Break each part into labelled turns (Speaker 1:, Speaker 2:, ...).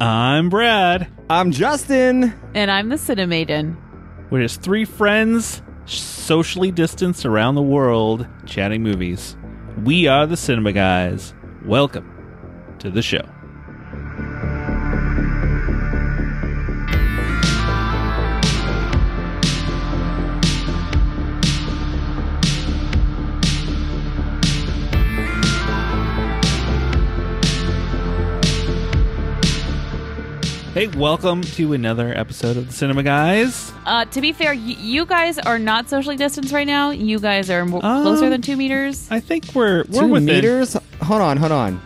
Speaker 1: I'm Brad.
Speaker 2: I'm Justin.
Speaker 3: And I'm the Cinemaiden.
Speaker 1: We're just three friends, socially distanced around the world, chatting movies. We are the Cinema Guys. Welcome to the show. Hey, welcome to another episode of the Cinema Guys.
Speaker 3: Uh, to be fair, y- you guys are not socially distanced right now. You guys are mo-
Speaker 1: Um,
Speaker 3: closer than two meters.
Speaker 1: I think we're we're
Speaker 2: two
Speaker 1: within
Speaker 2: meters? Hold on, hold on.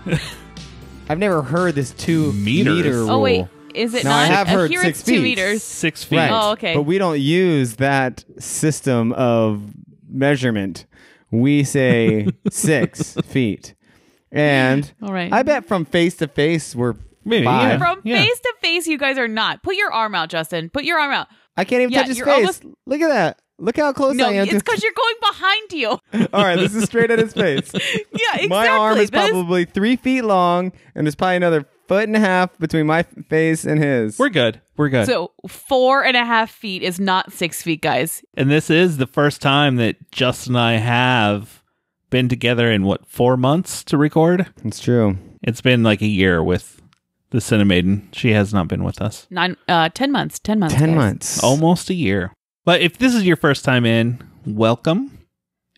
Speaker 2: I've never heard this two
Speaker 1: Meters?
Speaker 2: meter rule.
Speaker 3: oh wait, is it
Speaker 2: No, I
Speaker 3: not?
Speaker 2: have heard
Speaker 3: here
Speaker 2: six
Speaker 3: it's two
Speaker 2: feet.
Speaker 3: meters.
Speaker 1: six feet.
Speaker 2: Right.
Speaker 3: Oh, okay.
Speaker 2: But we don't use that system of measurement. We say six feet. And
Speaker 3: All right.
Speaker 2: I bet from face to face we're
Speaker 1: Maybe, yeah.
Speaker 2: five.
Speaker 3: From face to face, you guys are not. Put your arm out, Justin. Put your arm out.
Speaker 2: I can't even
Speaker 3: Yeah,
Speaker 2: touch his
Speaker 3: you're
Speaker 2: face.
Speaker 3: almost-
Speaker 2: Look at that. Look how close
Speaker 3: No,
Speaker 2: I am
Speaker 3: it's
Speaker 2: to
Speaker 3: because you're going behind you.
Speaker 2: All right, this is straight at his face.
Speaker 3: yeah, exactly.
Speaker 2: My arm is
Speaker 3: That
Speaker 2: probably three feet long, and there's probably another foot and a half between my f- face and his.
Speaker 1: We're good. We're good.
Speaker 3: so four and a half feet is not six feet, guys.
Speaker 1: and this is the first time that Justin and I have been together in what four months to record.
Speaker 2: it's true.
Speaker 1: It's been like a year with the Cinemaiden. She has not been with us.
Speaker 3: Nine, uh, ten months. Ten months.
Speaker 2: Ten
Speaker 3: guys.
Speaker 2: months.
Speaker 1: Almost a year. But if this is your first time in, welcome.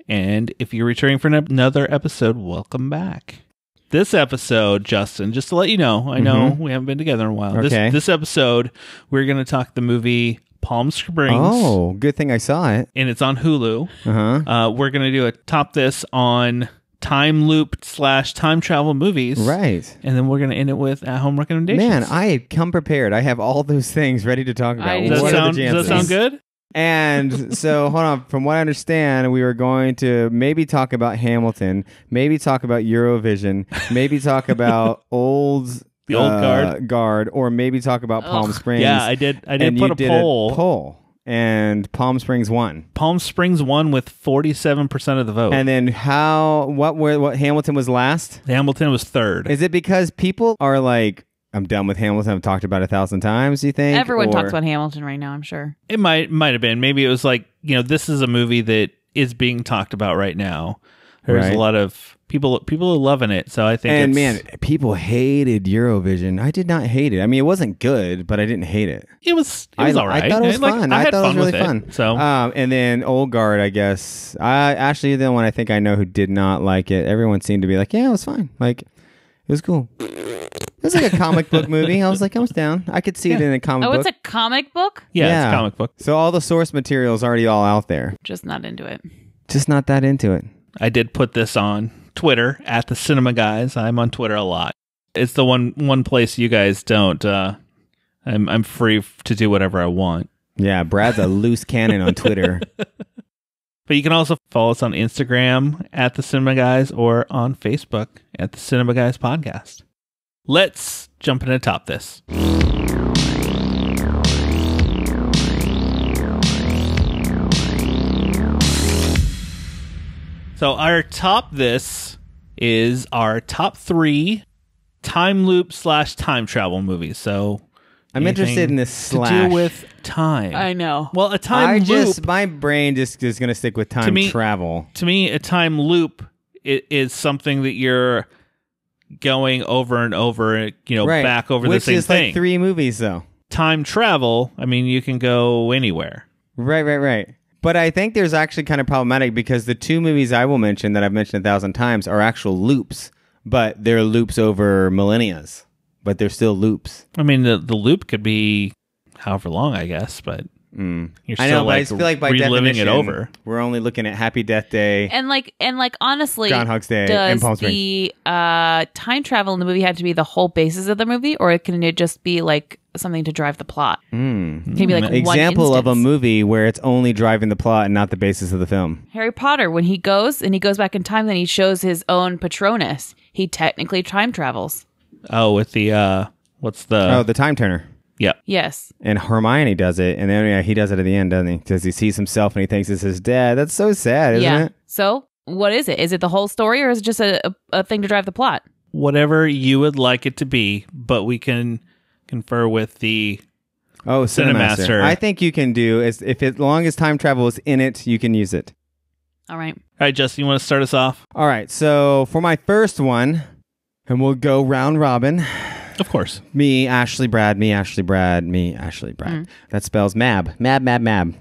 Speaker 1: And if you're returning for an- another episode, welcome back. This episode, Justin, just to let you know, I know we haven't been together in a while.
Speaker 2: Mm-hmm. Okay.
Speaker 1: This, this episode, we're going to talk the movie Palm Springs,
Speaker 2: Oh, good thing I saw it.
Speaker 1: and it's on Hulu.
Speaker 2: Uh huh.
Speaker 1: Uh, we're going to do a top this on time loop slash time travel movies.
Speaker 2: Right.
Speaker 1: And then we're going to end it with at home recommendations.
Speaker 2: Man, I had come prepared. I have all those things ready to talk about.
Speaker 3: I
Speaker 1: Does
Speaker 3: What
Speaker 1: that,
Speaker 3: are the
Speaker 1: sound, does that sound good?
Speaker 2: And so, hold on. From what I understand, we were going to maybe talk about Hamilton, maybe talk about Eurovision, maybe talk about old
Speaker 1: The old
Speaker 2: uh,
Speaker 1: guard.
Speaker 2: guard, or maybe talk about Palm
Speaker 3: Ugh.
Speaker 2: Springs.
Speaker 1: Yeah, I did. I did
Speaker 2: and
Speaker 1: put
Speaker 2: you
Speaker 1: a
Speaker 2: did
Speaker 1: poll.
Speaker 2: a poll, and Palm Springs won.
Speaker 1: Palm Springs won with forty-seven percent of the vote.
Speaker 2: And then how? What were? What Hamilton was last?
Speaker 1: Hamilton was third.
Speaker 2: Is it because people are like, I'm done with Hamilton. I've talked about it a thousand times. You think
Speaker 3: Everyone
Speaker 2: Or-
Speaker 3: talks about Hamilton right now. I'm sure.
Speaker 1: It might might have been. Maybe it was like you know this is a movie that is being talked about right now. There's
Speaker 2: Right.
Speaker 1: a lot of people people are loving it. So I think
Speaker 2: And man,
Speaker 1: it's-
Speaker 2: people hated Eurovision. I did not hate it. I mean, it wasn't good, but I didn't hate it.
Speaker 1: it was it was
Speaker 2: I,
Speaker 1: all right.
Speaker 2: I thought it was
Speaker 1: like,
Speaker 2: fun.
Speaker 1: I had
Speaker 2: thought
Speaker 1: fun
Speaker 2: it was
Speaker 1: with
Speaker 2: really
Speaker 1: it.
Speaker 2: fun.
Speaker 1: So
Speaker 2: um, and then Old Guard, I guess. I actually the one I think I know who did not like it. Everyone seemed to be like, yeah, it was fine. Like it was cool. It was like a comic book movie. I was like, I was down. I could see it in a comic
Speaker 3: Oh,
Speaker 2: book.
Speaker 3: it's a comic book.
Speaker 1: yeah,
Speaker 2: yeah.
Speaker 1: it's a comic book.
Speaker 2: so all the source material is already all out there.
Speaker 3: Just not into it.
Speaker 2: Just not that into it.
Speaker 1: I did put this on Twitter at the Cinema Guys. I'm on Twitter a lot. It's the one one place you guys don't. Uh, I'm I'm free f- to do whatever I want.
Speaker 2: Yeah, Brad's a loose cannon on Twitter.
Speaker 1: But you can also follow us on Instagram at the Cinema Guys or on Facebook at the Cinema Guys Podcast. Let's jump in atop this. So our top this is our top three time loop slash time travel movies. So
Speaker 2: I'm interested
Speaker 1: anything
Speaker 2: in this
Speaker 1: to
Speaker 2: slash.
Speaker 1: do with time.
Speaker 3: I know.
Speaker 1: Well, a time
Speaker 2: I
Speaker 1: loop
Speaker 2: just my brain just is gonna stick with time
Speaker 1: me-
Speaker 2: travel.
Speaker 1: to me, a time loop i- is something that you're going over and over, you know, back over
Speaker 2: Which
Speaker 1: the same
Speaker 2: is
Speaker 1: thing.
Speaker 2: like three movies though.
Speaker 1: time travel, I mean, you can go anywhere.
Speaker 2: Right, right, right. But I think there's actually kind of problematic because the two movies I will mention that I've mentioned a thousand times are actual loops, but they're loops over millennia's, but they're still loops.
Speaker 1: I mean, the, the loop could be however long, I guess, but you're still
Speaker 2: I know, but I
Speaker 1: like,
Speaker 2: just feel like by
Speaker 1: reliving
Speaker 2: definition,
Speaker 1: it over.
Speaker 2: We're only looking at Happy Death Day.
Speaker 3: and like and like honestly,
Speaker 2: Groundhog's Day
Speaker 3: does
Speaker 2: and Palm Springs.
Speaker 3: the uh, time travel in the movie have to be the whole basis of the movie, or can it just be like something to drive the plot? Can it be like
Speaker 2: Hmm. Mm-hmm. Example
Speaker 3: one
Speaker 2: of a
Speaker 3: instance?
Speaker 2: movie where it's only driving the plot and not the basis of the film.
Speaker 3: Harry Potter when he goes and he goes back in time, then he shows his own Patronus. He technically time travels.
Speaker 1: Oh, with the, uh, what's the,
Speaker 2: oh, the Time Turner.
Speaker 1: yeah.
Speaker 3: Yes,
Speaker 2: And Hermione does it, and then yeah, he does it at the end, doesn't he? Because he sees himself and he thinks it's his dad. That's so sad, isn't
Speaker 3: yeah.
Speaker 2: it?
Speaker 3: So what is it? Is it the whole story, or is it just a, a, a thing to drive the plot?
Speaker 1: Whatever you would like it to be, but we can confer with the
Speaker 2: Oh, Cinemaster.
Speaker 1: Cinemaster.
Speaker 2: I think you can do is if as long as time travel is in it, you can use it.
Speaker 3: All right.
Speaker 1: All right, Justin, you want to start us off?
Speaker 2: All right. So for my first one, and we'll go round robin.
Speaker 1: Of course.
Speaker 2: Me, Ashley, Brad. Me, Ashley, Brad. Me, Ashley, Brad. That spells Mab. Mab. Mab. Mab.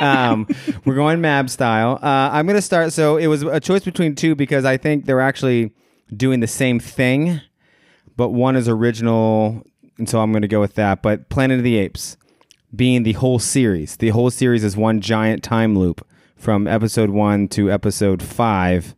Speaker 2: um, we're going Mab style. Uh, I'm going to start. So it was a choice between two because I think they're actually doing the same thing, but one is original, and so I'm going to go with that. But Planet of the Apes being the whole series. The whole series is one giant time loop from episode one to episode five.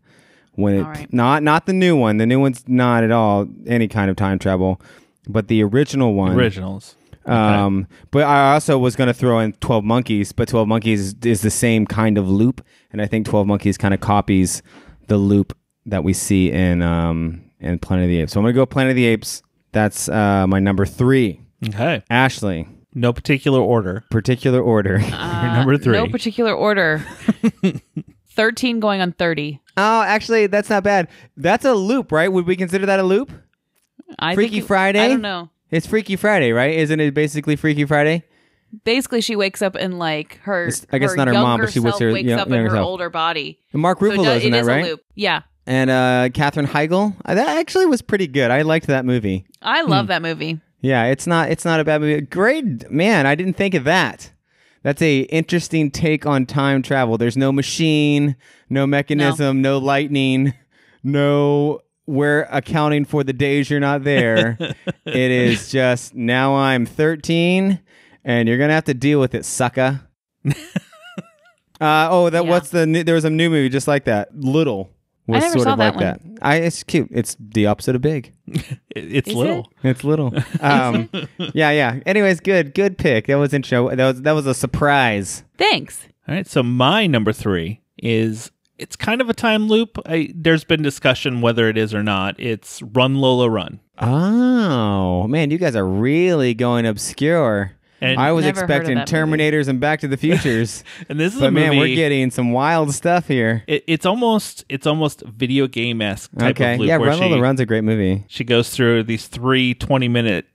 Speaker 2: When it
Speaker 3: All right.
Speaker 2: not not the new one. The new one's not at all any kind of time travel, but the original one.
Speaker 1: Originals.
Speaker 2: Um, But I also was going to throw in 12 Monkeys, but 12 Monkeys is, is the same kind of loop. And I think 12 Monkeys kind of copies the loop that we see in, um, in Planet of the Apes. So I'm going to go Planet of the Apes. That's uh, my number three.
Speaker 1: Okay.
Speaker 2: Ashley,
Speaker 1: No particular order.
Speaker 2: particular order.
Speaker 1: You're number three.
Speaker 3: No particular order. 13 going on 30.
Speaker 2: oh, actually, that's not bad. That's a loop, right? Would we consider that a loop?
Speaker 3: I
Speaker 2: Freaky
Speaker 3: think it-
Speaker 2: Friday?
Speaker 3: I don't know.
Speaker 2: It's Freaky Friday, right? Isn't it basically Freaky Friday?
Speaker 3: Basically, she wakes up in like her.
Speaker 2: It's- I guess
Speaker 3: her
Speaker 2: not her mom,
Speaker 3: younger
Speaker 2: but she wakes
Speaker 3: self
Speaker 2: her-
Speaker 3: wakes
Speaker 2: yeah,
Speaker 3: up in her
Speaker 2: younger self.
Speaker 3: older body.
Speaker 2: And Mark
Speaker 3: So it
Speaker 2: Ruffalo's
Speaker 3: does-
Speaker 2: in
Speaker 3: it
Speaker 2: that,
Speaker 3: is
Speaker 2: right?
Speaker 3: a loop. Yeah,
Speaker 2: And uh, Katherine Heigl. Uh, That actually was pretty good. I liked that movie.
Speaker 3: I love that movie.
Speaker 2: Yeah, it's not it's not a bad movie. Great man, I didn't think of that. That's a interesting take on time travel. There's no machine, no mechanism, no, lightning, no we're accounting for the days you're not there. it is just now I'm 13 and you're going to have to deal with it, sucker. uh, oh, that
Speaker 3: Yeah.
Speaker 2: what's the new, there was a new movie just like that. Little was
Speaker 3: never
Speaker 2: sort
Speaker 3: saw
Speaker 2: of
Speaker 3: that
Speaker 2: like that. I it's cute. It's the opposite of big.
Speaker 1: It- it's
Speaker 3: Is
Speaker 1: little.
Speaker 2: It's little. Um, yeah, yeah. Anyways, good, good pick. That was in show. That was that was a surprise.
Speaker 3: Thanks.
Speaker 1: All right. So my number three is it's kind of a time loop. I, there's been discussion whether it is or not. It's Run Lola Run.
Speaker 2: Oh man, you guys are really going obscure.
Speaker 1: And-
Speaker 2: I was
Speaker 3: Never heard of
Speaker 2: expecting
Speaker 3: that movie.
Speaker 2: Terminators and Back to the Futures,
Speaker 1: And this is a
Speaker 2: but
Speaker 1: movie.
Speaker 2: man, we're getting some wild stuff here.
Speaker 1: it, it's almost it's almost video game esque type
Speaker 2: okay,
Speaker 1: of loop
Speaker 2: yeah,
Speaker 1: where
Speaker 2: Run
Speaker 1: she,
Speaker 2: Lola Run's a great movie.
Speaker 1: she goes through these three 20 minute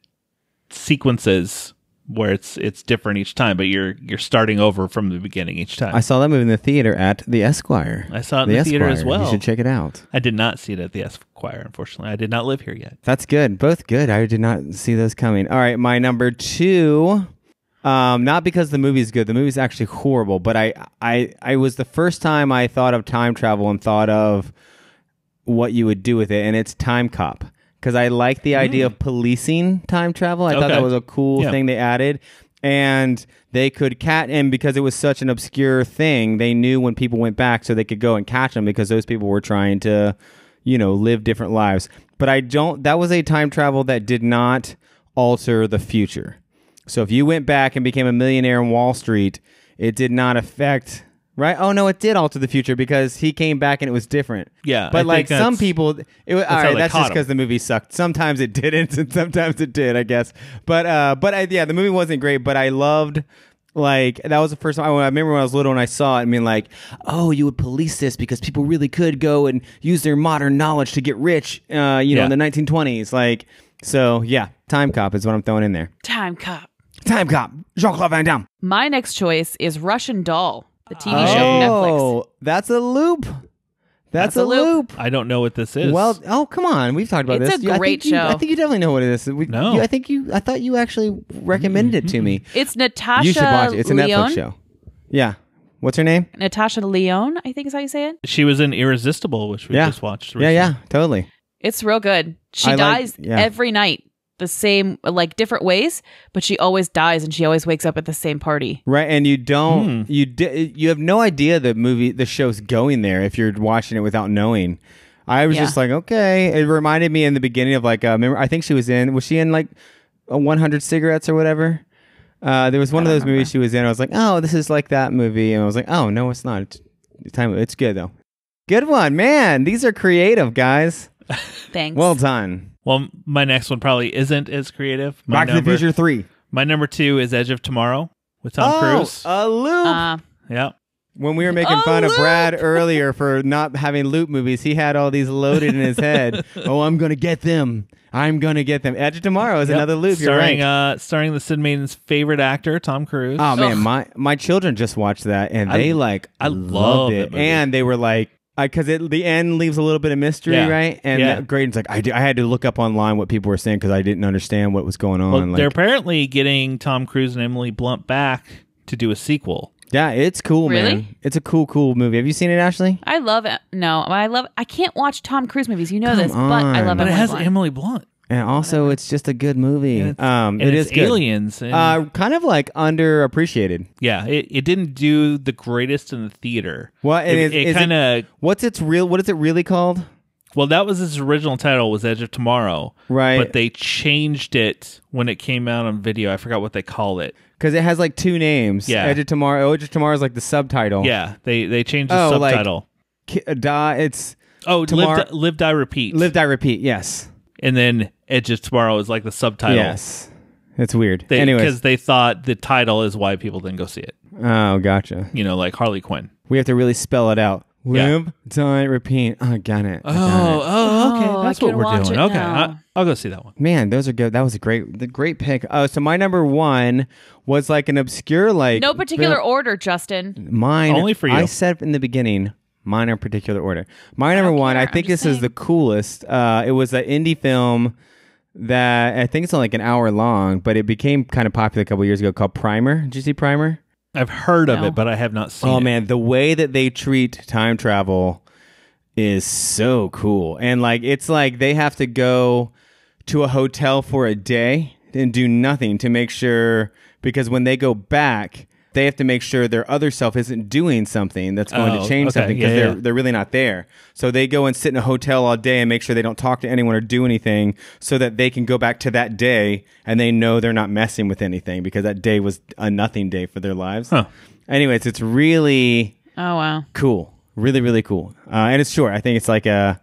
Speaker 1: sequences where it's it's different each time, but you're you're starting over from the beginning each time.
Speaker 2: I saw that movie in the theater at the Esquire.
Speaker 1: I saw it in the theater as
Speaker 2: Esquire.
Speaker 1: well.
Speaker 2: You should check it out.
Speaker 1: I did not see it at the Esquire, unfortunately. I did not live here yet.
Speaker 2: That's good. Both good. I did not see those coming. All right, my number two. Um, not because the movie's good. The movie's actually horrible. But I, I, I was the first time I thought of time travel and thought of what you would do with it, and it's Time Cop. Because I like the idea of policing time travel. I thought
Speaker 1: Okay.
Speaker 2: that was a cool
Speaker 1: Yeah.
Speaker 2: thing they added. And they could cat and because it was such an obscure thing, they knew when people went back so they could go and catch them because those people were trying to, you know, live different lives. But I don't that was a time travel that did not alter the future. So if you went back and became a millionaire in Wall Street, it did not affect right? Oh no, it did alter the future because he came back and it was different.
Speaker 1: Yeah, I
Speaker 2: But
Speaker 1: think
Speaker 2: like some
Speaker 1: that's-
Speaker 2: people it was all
Speaker 1: how
Speaker 2: right,
Speaker 1: they
Speaker 2: that's
Speaker 1: caught
Speaker 2: just
Speaker 1: him.
Speaker 2: because the movie sucked. Sometimes it didn't, and sometimes it did, I guess. But uh, but I, yeah, the movie wasn't great, but I loved. Like that was the first time I remember when I was little and I saw it and being like, "Oh, you would police this because people really could go and use their modern knowledge to get rich." Uh,
Speaker 1: Yeah.
Speaker 2: you know, in the 1920s, like so. Yeah, Time Cop is what I'm throwing in there.
Speaker 3: Time cop.
Speaker 2: Time Cop, Jean Claude Van Damme.
Speaker 3: My next choice is Russian Doll, the TV show on Netflix.
Speaker 2: Oh, that's a loop. That's, a
Speaker 3: a loop.
Speaker 2: loop.
Speaker 1: I don't know what this is.
Speaker 2: Well, oh come on, we've talked about
Speaker 3: It's
Speaker 2: this.
Speaker 3: a
Speaker 2: You- I
Speaker 3: great
Speaker 2: think you- I
Speaker 3: show.
Speaker 2: think you definitely know what it is. We,
Speaker 1: No.
Speaker 2: you- I think you. I thought you actually recommended it to me.
Speaker 3: It's Natasha
Speaker 2: you should watch it. It's a
Speaker 3: Leon.
Speaker 2: Netflix show. Yeah. What's her name?
Speaker 3: Natasha Leone, I think is how you say it.
Speaker 1: she was in Irresistible, which we
Speaker 2: yeah.
Speaker 1: just watched.
Speaker 2: Yeah,
Speaker 1: Recently.
Speaker 2: yeah, totally.
Speaker 3: It's real good. She
Speaker 2: I like-
Speaker 3: dies
Speaker 2: yeah.
Speaker 3: every night, the same, like different ways, but she always dies and she always wakes up at the same party.
Speaker 2: Right, and you don't
Speaker 1: Hmm.
Speaker 2: you di- you have no idea the movie the show's going there if you're watching it without knowing. I was
Speaker 3: Yeah.
Speaker 2: just like, okay. It reminded me in the beginning of like, uh, remember? I think she was in. Was she in like a 100 cigarettes or whatever? Uh, there was one of those movies she was in. I was like, oh, this is like that movie, and I was like, oh no, it's not. It's, it's time. It's good though. Good one, man. These are creative guys.
Speaker 3: Thanks.
Speaker 2: Well done.
Speaker 1: Well, my next one probably isn't as creative. My
Speaker 2: Back to the
Speaker 1: number-
Speaker 2: Future Three.
Speaker 1: My number two is Edge of Tomorrow with Tom
Speaker 2: oh,
Speaker 1: Cruise.
Speaker 2: a loop.
Speaker 3: uh,
Speaker 1: yeah.
Speaker 2: When we were making
Speaker 3: Oh,
Speaker 2: fun of
Speaker 3: Luke!
Speaker 2: Brad earlier for not having loop movies, he had all these loaded in his head. oh, I'm gonna get them. I'm gonna get them. Edge of Tomorrow is
Speaker 1: Yep.
Speaker 2: another loop. You're
Speaker 1: starring
Speaker 2: right.
Speaker 1: uh, starring the Sid Maiden's favorite actor, Tom Cruise.
Speaker 2: Oh man,
Speaker 3: Ugh.
Speaker 2: my my children just watched that and they
Speaker 1: I-
Speaker 2: like
Speaker 1: I love
Speaker 2: loved
Speaker 1: that
Speaker 2: it,
Speaker 1: movie.
Speaker 2: and they were like, because it the end leaves a little bit of mystery,
Speaker 1: Yeah.
Speaker 2: right? And
Speaker 1: Yeah.
Speaker 2: that- Graydon's like, I, do, I had to look up online what people were saying because I didn't understand what was going on.
Speaker 1: Well,
Speaker 2: like,
Speaker 1: they're apparently getting Tom Cruise and Emily Blunt back to do a sequel.
Speaker 2: yeah, it's cool, man.
Speaker 3: Really?
Speaker 2: It's a cool, cool movie. Have you seen it, Ashley?
Speaker 3: I love it. No, I love. I can't watch Tom Cruise movies. You know this,
Speaker 2: Come
Speaker 3: but I
Speaker 2: on.
Speaker 3: love
Speaker 1: But it
Speaker 3: Emily
Speaker 1: has
Speaker 3: Blunt.
Speaker 1: Emily Blunt.
Speaker 2: And also, it's just a good movie.
Speaker 1: And it's-
Speaker 2: um,
Speaker 1: And
Speaker 2: it
Speaker 1: it's
Speaker 2: is good.
Speaker 1: aliens. and-
Speaker 2: Uh, kind of like underappreciated.
Speaker 1: yeah, it, it didn't do the greatest in the theater.
Speaker 2: What
Speaker 1: it,
Speaker 2: and is-
Speaker 1: it
Speaker 2: is
Speaker 1: kind of
Speaker 2: What's its real? What is it really called?
Speaker 1: well, that was its original title was Edge of Tomorrow,
Speaker 2: Right.
Speaker 1: But they changed it when it came out on video. I forgot what they call it.
Speaker 2: Because it has like two names.
Speaker 1: Yeah.
Speaker 2: Edge of Tomorrow. oh, Edge of Tomorrow is like the subtitle.
Speaker 1: Yeah, they they changed the
Speaker 2: Oh, like-
Speaker 1: subtitle.
Speaker 2: Ki- uh, Die. It's
Speaker 1: oh,
Speaker 2: Tomorrow-
Speaker 1: live, Di- live, die, repeat,
Speaker 2: Live, Die, Repeat. Yes.
Speaker 1: and then Edge of Tomorrow is like the subtitle.
Speaker 2: Yes. It's weird.
Speaker 1: They,
Speaker 2: Anyways.
Speaker 1: because they thought the title is why people didn't go see it.
Speaker 2: Oh, gotcha.
Speaker 1: You know, like Harley Quinn.
Speaker 2: We have to really spell it out.
Speaker 1: Yeah.
Speaker 2: Live, Die, Repeat. Oh, got it. I got
Speaker 1: Oh,
Speaker 2: it.
Speaker 1: oh, okay.
Speaker 3: Oh, I
Speaker 1: That's what
Speaker 3: can
Speaker 1: we're
Speaker 3: watch
Speaker 1: doing.
Speaker 3: it
Speaker 1: Okay,
Speaker 3: now.
Speaker 1: I, I'll go see that one.
Speaker 2: Man, those are good. That was a great, the great pick. Oh, so my number one was like an obscure, like
Speaker 3: no particular order,
Speaker 2: Mm.
Speaker 3: Justin.
Speaker 2: Mine
Speaker 1: Only for you.
Speaker 2: I said in the beginning, mine are in particular order. My number one, I
Speaker 3: care.
Speaker 2: think
Speaker 3: I'm just
Speaker 2: this is the coolest. Uh, it was an indie film that I think it's only like an hour long, but it became kind of popular a couple years ago called Primer. Did you see Primer?
Speaker 1: I've heard of
Speaker 3: No.
Speaker 1: it, but I have not seen
Speaker 2: Oh
Speaker 1: it.
Speaker 2: man, the way that they treat time travel is so cool. And like it's like they have to go to a hotel for a day and do nothing to make sure because when they go back, they have to make sure their other self isn't doing something that's going
Speaker 1: Oh,
Speaker 2: to change
Speaker 1: okay.
Speaker 2: something because
Speaker 1: Yeah,
Speaker 2: they're
Speaker 1: yeah.
Speaker 2: they're really not there. So they go and sit in a hotel all day and make sure they don't talk to anyone or do anything so that they can go back to that day and they know they're not messing with anything because that day was a nothing day for their lives.
Speaker 1: Huh.
Speaker 2: Anyways, it's really
Speaker 3: Oh wow.
Speaker 2: cool. Really, really cool. Uh, and it's short. I think it's like a,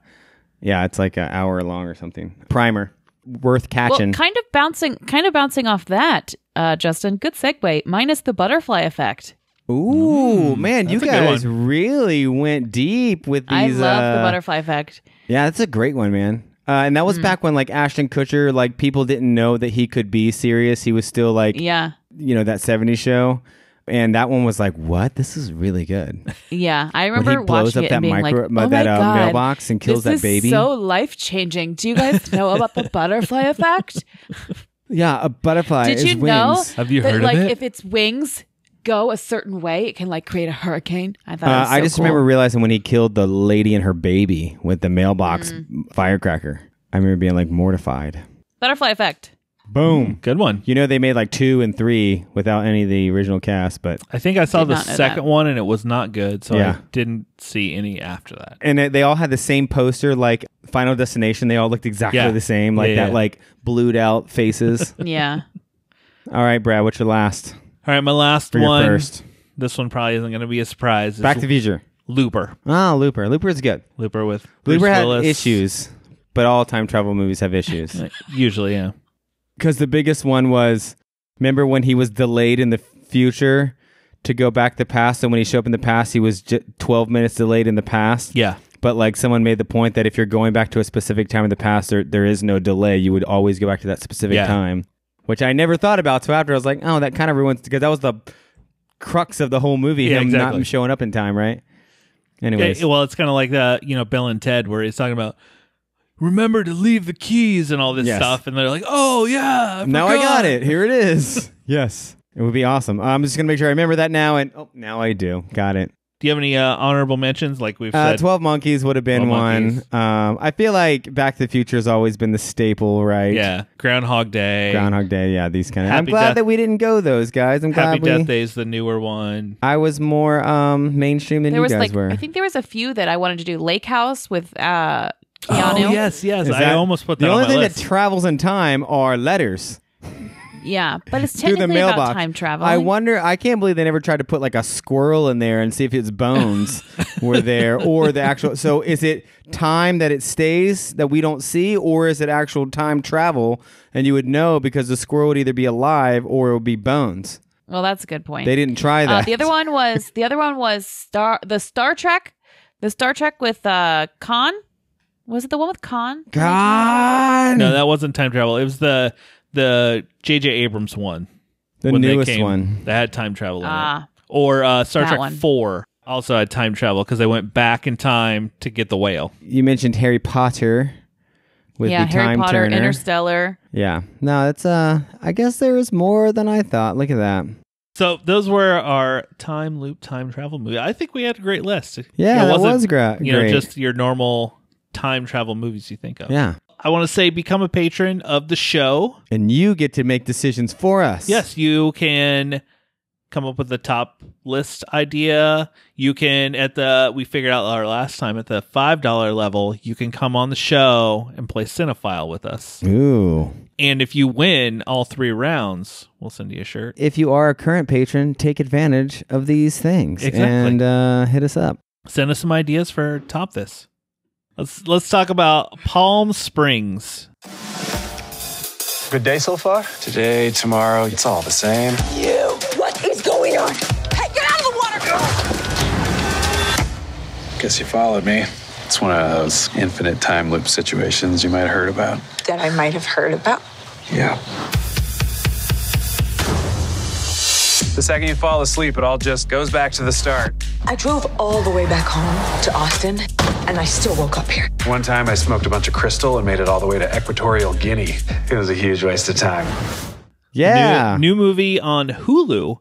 Speaker 2: yeah, it's like an hour long or something. Primer. Worth
Speaker 3: Well,
Speaker 2: catching.
Speaker 3: kind of bouncing, kind of bouncing off that, uh, Justin. Good segue. Minus the butterfly effect.
Speaker 2: Ooh, man, you
Speaker 1: Mm, that's a good
Speaker 2: guys really went deep with these.
Speaker 3: I love the
Speaker 2: uh,
Speaker 3: butterfly effect.
Speaker 2: Yeah, that's a great one, man. Uh, and that
Speaker 3: Mm.
Speaker 2: was back when like Ashton Kutcher, like people didn't know that he could be serious. He was still like,
Speaker 3: Yeah,
Speaker 2: you know, that 70s show. And that one was like, what? This is really good.
Speaker 3: yeah. I
Speaker 2: When
Speaker 3: remember
Speaker 2: he blows
Speaker 3: watching
Speaker 2: up
Speaker 3: it
Speaker 2: that
Speaker 3: and being
Speaker 2: micro,
Speaker 3: like, "Oh
Speaker 2: that
Speaker 3: my
Speaker 2: uh,
Speaker 3: god,
Speaker 2: mailbox and kills
Speaker 3: this is
Speaker 2: that baby.
Speaker 3: so life changing." Do you guys know about the butterfly effect?
Speaker 2: Yeah, a butterfly
Speaker 3: Did
Speaker 2: is
Speaker 3: you
Speaker 2: wings.
Speaker 3: know?
Speaker 1: Have you
Speaker 3: that,
Speaker 1: heard of
Speaker 3: like,
Speaker 1: it?
Speaker 3: If its wings go a certain way, it can like create a hurricane. I thought. it
Speaker 2: Uh,
Speaker 3: was
Speaker 2: I
Speaker 3: so
Speaker 2: just
Speaker 3: cool.
Speaker 2: remember realizing when he killed the lady and her baby with the mailbox
Speaker 3: Mm.
Speaker 2: firecracker. I remember being like mortified.
Speaker 3: butterfly effect.
Speaker 2: Boom.
Speaker 1: Good one.
Speaker 2: You know they made like two and three without any of the original cast, but
Speaker 1: I think I saw
Speaker 3: Did
Speaker 1: the
Speaker 3: not know
Speaker 1: second
Speaker 3: that.
Speaker 1: one and it was not good, so
Speaker 2: Yeah.
Speaker 1: I didn't see any after that.
Speaker 2: and it, they all had the same poster, like Final Destination. They all looked exactly
Speaker 1: Yeah.
Speaker 2: the same, like
Speaker 1: Yeah,
Speaker 2: that,
Speaker 1: yeah.
Speaker 2: like blued out faces.
Speaker 3: Yeah.
Speaker 2: all right, Brad, what's your last
Speaker 1: All right, my last
Speaker 2: for
Speaker 1: one.
Speaker 2: your first?
Speaker 1: This one probably isn't going to be a surprise. It's
Speaker 2: Back to the Future.
Speaker 1: Looper.
Speaker 2: Ah, Looper. Looper is good.
Speaker 1: Looper with Bruce
Speaker 2: Looper had
Speaker 1: Willis.
Speaker 2: issues, but all time travel movies have issues.
Speaker 1: Usually, yeah.
Speaker 2: Because the biggest one was remember when he was delayed in the future to go back the past, and when he showed up in the past, he was j- twelve minutes delayed in the past.
Speaker 1: Yeah.
Speaker 2: But like someone made the point that if you're going back to a specific time in the past, there there is no delay. You would always go back to that specific
Speaker 1: Yeah.
Speaker 2: time, which I never thought about. So after I was like, oh, that kind of ruins because that was the crux of the whole movie.
Speaker 1: Yeah,
Speaker 2: him
Speaker 1: exactly.
Speaker 2: not showing up in time, right? Anyways,
Speaker 1: Yeah, well, it's kind of like the you know Bill and Ted where he's talking about remember to leave the keys and all this
Speaker 2: Yes.
Speaker 1: stuff, and they're like, oh yeah, I
Speaker 2: now I
Speaker 1: forgot."
Speaker 2: got it. Here it is. yes, it would be awesome. I'm just gonna make sure I remember that now, and oh, now I do. Got it.
Speaker 1: Do you have any uh, honorable mentions like we've
Speaker 2: Uh,
Speaker 1: said?
Speaker 2: Twelve Monkeys would have been
Speaker 1: 12
Speaker 2: one.
Speaker 1: Monkeys.
Speaker 2: Um, I feel like Back to the Future has always been the staple, right?
Speaker 1: yeah, Groundhog Day,
Speaker 2: Groundhog Day. Yeah, these kind of. I'm
Speaker 1: Happy
Speaker 2: glad
Speaker 1: Death-
Speaker 2: that we didn't go those guys. I'm
Speaker 1: Happy
Speaker 2: glad we.
Speaker 1: Death Day is the newer one.
Speaker 2: I was more um, mainstream than
Speaker 3: There
Speaker 2: you
Speaker 3: was
Speaker 2: guys
Speaker 3: like
Speaker 2: were.
Speaker 3: I think there was a few that I wanted to do. Lake House with uh,
Speaker 1: Oh,
Speaker 3: Keanu.
Speaker 1: yes, yes.
Speaker 2: Is
Speaker 1: I
Speaker 2: that-
Speaker 1: almost put that
Speaker 2: the
Speaker 1: on
Speaker 2: only
Speaker 1: my
Speaker 2: thing
Speaker 1: list.
Speaker 2: that travels in time are letters
Speaker 3: Yeah, but it's
Speaker 2: through the
Speaker 3: technically
Speaker 2: mailbox.
Speaker 3: about time travel.
Speaker 2: I wonder. I can't believe they never tried to put like a squirrel in there and see if its bones were there or the actual. So is it time that it stays that we don't see, or is it actual time travel? And you would know because the squirrel would either be alive or it would be bones.
Speaker 3: Well, that's a good point.
Speaker 2: They didn't try
Speaker 3: Uh,
Speaker 2: that.
Speaker 3: the other one was the other one was Star the Star Trek, the Star Trek with uh Khan. Was it the one with Khan?
Speaker 2: God.
Speaker 1: No, that wasn't time travel. It was the the J.J. Abrams one,
Speaker 2: the
Speaker 1: when they
Speaker 2: newest
Speaker 1: came,
Speaker 2: one.
Speaker 1: that had time travel in it,
Speaker 3: Ah,
Speaker 1: or uh, Star
Speaker 3: that
Speaker 1: Trek
Speaker 3: one.
Speaker 1: Four also had time travel because they went back in time to get the whale.
Speaker 2: You mentioned Harry Potter with
Speaker 3: yeah,
Speaker 2: the
Speaker 3: Harry
Speaker 2: time
Speaker 3: Potter,
Speaker 2: turner.
Speaker 3: Interstellar.
Speaker 2: yeah. No, it's uh I guess there was more than I thought. Look at that.
Speaker 1: So those were our time loop time travel movie. I think we had a great list.
Speaker 2: Yeah,
Speaker 1: it
Speaker 2: that
Speaker 1: wasn't,
Speaker 2: was gra-
Speaker 1: you know
Speaker 2: great.
Speaker 1: just your normal time travel movies you think of.
Speaker 2: yeah.
Speaker 1: I want to say become a patron of the show.
Speaker 2: And you get to make decisions for us.
Speaker 1: Yes, you can come up with the top list idea. You can at the we figured out our last time at the five dollar level, you can come on the show and play Cinephile with us.
Speaker 2: Ooh.
Speaker 1: And if you win all three rounds, we'll send you a shirt.
Speaker 2: If you are a current patron, take advantage of these things
Speaker 1: Exactly.
Speaker 2: and uh, hit us up.
Speaker 1: Send us some ideas for top this. Let's let's talk about Palm Springs.
Speaker 4: Good day so far?
Speaker 5: Today, tomorrow, it's all the same.
Speaker 6: What is going on? Hey, get out of the water!
Speaker 5: Guess you followed me. It's one of those infinite time loop situations you might have heard about.
Speaker 6: That I might have heard about.
Speaker 5: Yeah. The second you fall asleep, it all just goes back to the start.
Speaker 6: I drove all the way back home to Austin, and I still woke up here.
Speaker 5: One time I smoked a bunch of crystal and made it all the way to Equatorial Guinea. It was a huge waste of time.
Speaker 2: Yeah.
Speaker 1: New, new movie on Hulu.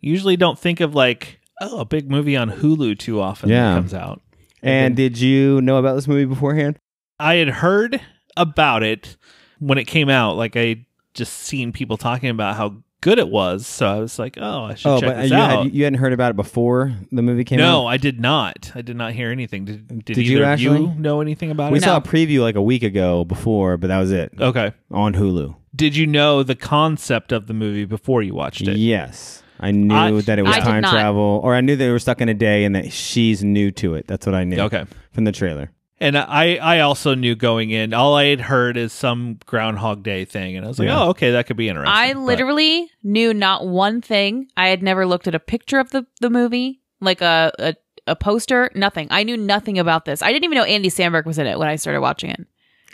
Speaker 1: Usually don't think of like, oh, a big movie on Hulu too often
Speaker 2: Yeah.
Speaker 1: that comes out.
Speaker 2: and did you know about this movie beforehand?
Speaker 1: I had heard about it when it came out. Like I just seen people talking about how good it was, so I was like, "Oh, I should
Speaker 2: Oh,
Speaker 1: check
Speaker 2: but
Speaker 1: this
Speaker 2: you,
Speaker 1: out."
Speaker 2: Had, you hadn't heard about it before the movie came out?
Speaker 1: no, I did not. I did not hear anything. Did, did,
Speaker 2: Did you
Speaker 1: either of
Speaker 2: actually?
Speaker 1: you know anything about
Speaker 2: We
Speaker 1: it?
Speaker 2: saw a preview like a week ago before, but that was it
Speaker 1: Okay.
Speaker 2: on Hulu.
Speaker 1: Did you know the concept of the movie before you watched it?
Speaker 2: Yes. I knew
Speaker 1: I-
Speaker 2: that it was
Speaker 3: I did
Speaker 2: time
Speaker 3: not.
Speaker 2: travel, or I knew they were stuck in a day and that she's new to it. That's what I knew.
Speaker 1: Okay.
Speaker 2: From the trailer.
Speaker 1: And I, I also knew going in. All I had heard is some Groundhog Day thing, and I was like,
Speaker 2: Yeah.
Speaker 1: "Oh, okay, that could be interesting."
Speaker 3: I
Speaker 1: But-
Speaker 3: literally knew not one thing. I had never looked at a picture of the, the movie, like a, a a poster, nothing. I knew nothing about this. I didn't even know Andy Samberg was in it when I started watching it.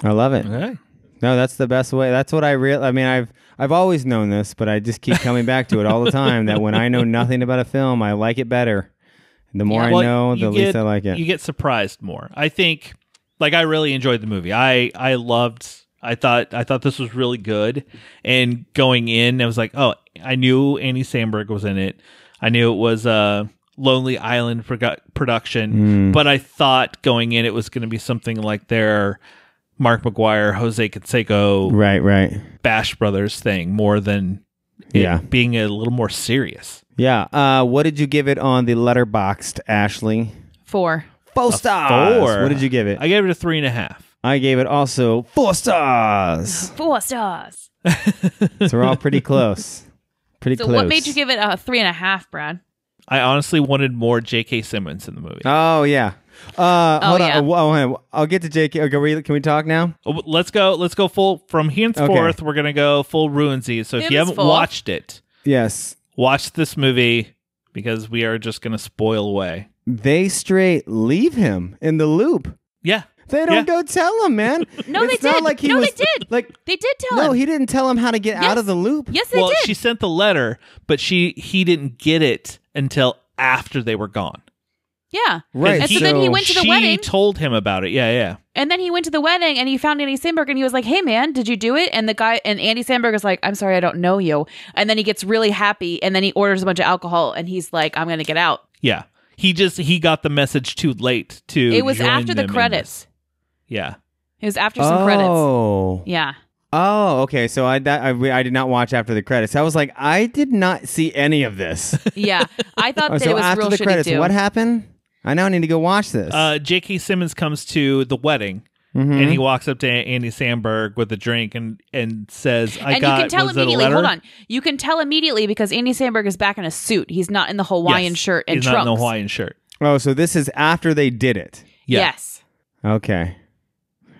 Speaker 2: I love it.
Speaker 1: okay.
Speaker 2: No, that's the best way. That's what I real. I mean, I've I've always known this, but I just keep coming back to it all the time. That when I know nothing about a film, I like it better. The more I
Speaker 1: Well,
Speaker 2: know,
Speaker 1: you
Speaker 2: the
Speaker 1: get-
Speaker 2: least I like it.
Speaker 1: You get surprised more. I think like I really enjoyed the movie. I I loved I thought I thought this was really good and going in I was like, "Oh, I knew Annie Samberg was in it. I knew it was a Lonely Island produ-
Speaker 2: Hmm.
Speaker 1: production, but I thought going in it was going to be something like their Mark McGuire, Jose Canseco,
Speaker 2: right, right.
Speaker 1: Bash Brothers thing more than it
Speaker 2: Yeah.
Speaker 1: being a little more serious.
Speaker 2: Yeah. Uh, what did you give it on the letterboxed, Ashley?
Speaker 3: Four.
Speaker 2: Four stars.
Speaker 1: Four.
Speaker 2: What did you give it?
Speaker 1: I gave it a three and a half.
Speaker 2: I gave it also four stars.
Speaker 3: Four stars.
Speaker 2: so we're all pretty close. Pretty
Speaker 3: So
Speaker 2: close.
Speaker 3: what made you give it a three and a half, Brad?
Speaker 1: I honestly wanted more J.K. Simmons in the movie.
Speaker 2: Oh yeah. Uh,
Speaker 3: Oh,
Speaker 2: hold
Speaker 3: yeah.
Speaker 2: on. Oh, hold on. I'll get to Jake. Okay, we- can we talk now?
Speaker 1: Oh, let's go. Let's go full from henceforth. We're gonna go full ruinsy. So if you haven't
Speaker 3: Henceforth.
Speaker 1: watched it,
Speaker 2: Yes.
Speaker 1: watch this movie because we are just gonna spoil away.
Speaker 2: They straight leave him in the loop.
Speaker 1: Yeah,
Speaker 2: They don't
Speaker 1: Yeah.
Speaker 2: go tell him, man.
Speaker 3: No,
Speaker 2: It's
Speaker 3: they
Speaker 2: not
Speaker 3: did.
Speaker 2: Like he
Speaker 3: No,
Speaker 2: was,
Speaker 3: they did.
Speaker 2: Like
Speaker 3: They did tell
Speaker 2: no,
Speaker 3: him.
Speaker 2: he didn't tell him how to get out
Speaker 3: Yes.
Speaker 2: of the loop.
Speaker 3: yes, they
Speaker 1: well,
Speaker 3: did.
Speaker 1: she sent the letter, but she he didn't get it until after they were gone.
Speaker 3: yeah.
Speaker 2: Right.
Speaker 3: And so then he
Speaker 2: so-
Speaker 3: went to the
Speaker 1: she
Speaker 3: wedding.
Speaker 1: told him about it. Yeah, yeah.
Speaker 3: And then he went to the wedding and he found Andy Sandberg and he was like, Hey man, did you do it? And the guy and Andy Sandberg is like, I'm sorry, I don't know you. And then he gets really happy and then he orders a bunch of alcohol and he's like, I'm gonna get out.
Speaker 1: Yeah. He just he got the message too late to
Speaker 3: it was
Speaker 1: join
Speaker 3: after
Speaker 1: them
Speaker 3: the
Speaker 1: in this.
Speaker 3: credits.
Speaker 1: Yeah.
Speaker 3: It was after some credits.
Speaker 2: Oh.
Speaker 3: Yeah.
Speaker 2: Oh, okay. So I that I, I did not watch after the credits. I was like, I did not see any of this.
Speaker 3: Yeah. I thought
Speaker 2: Oh,
Speaker 3: that it
Speaker 2: so
Speaker 3: was
Speaker 2: after
Speaker 3: real
Speaker 2: the
Speaker 3: shitty
Speaker 2: credits,
Speaker 3: too.
Speaker 2: what happened? I now need to go watch this.
Speaker 1: Uh, J.K. Simmons comes to the wedding
Speaker 2: Mhm.
Speaker 1: and he walks up to Andy Sandberg with a drink and and says, "I
Speaker 3: and
Speaker 1: got."
Speaker 3: you can tell
Speaker 1: was it a
Speaker 3: immediately.
Speaker 1: letter?
Speaker 3: Hold on. You can tell immediately because Andy Sandberg is back in a suit. He's not in the Hawaiian
Speaker 1: Yes,
Speaker 3: shirt and
Speaker 1: he's
Speaker 3: trunks.
Speaker 1: not in the Hawaiian shirt.
Speaker 2: oh, so this is after they did it.
Speaker 1: Yeah.
Speaker 3: Yes.
Speaker 2: Okay.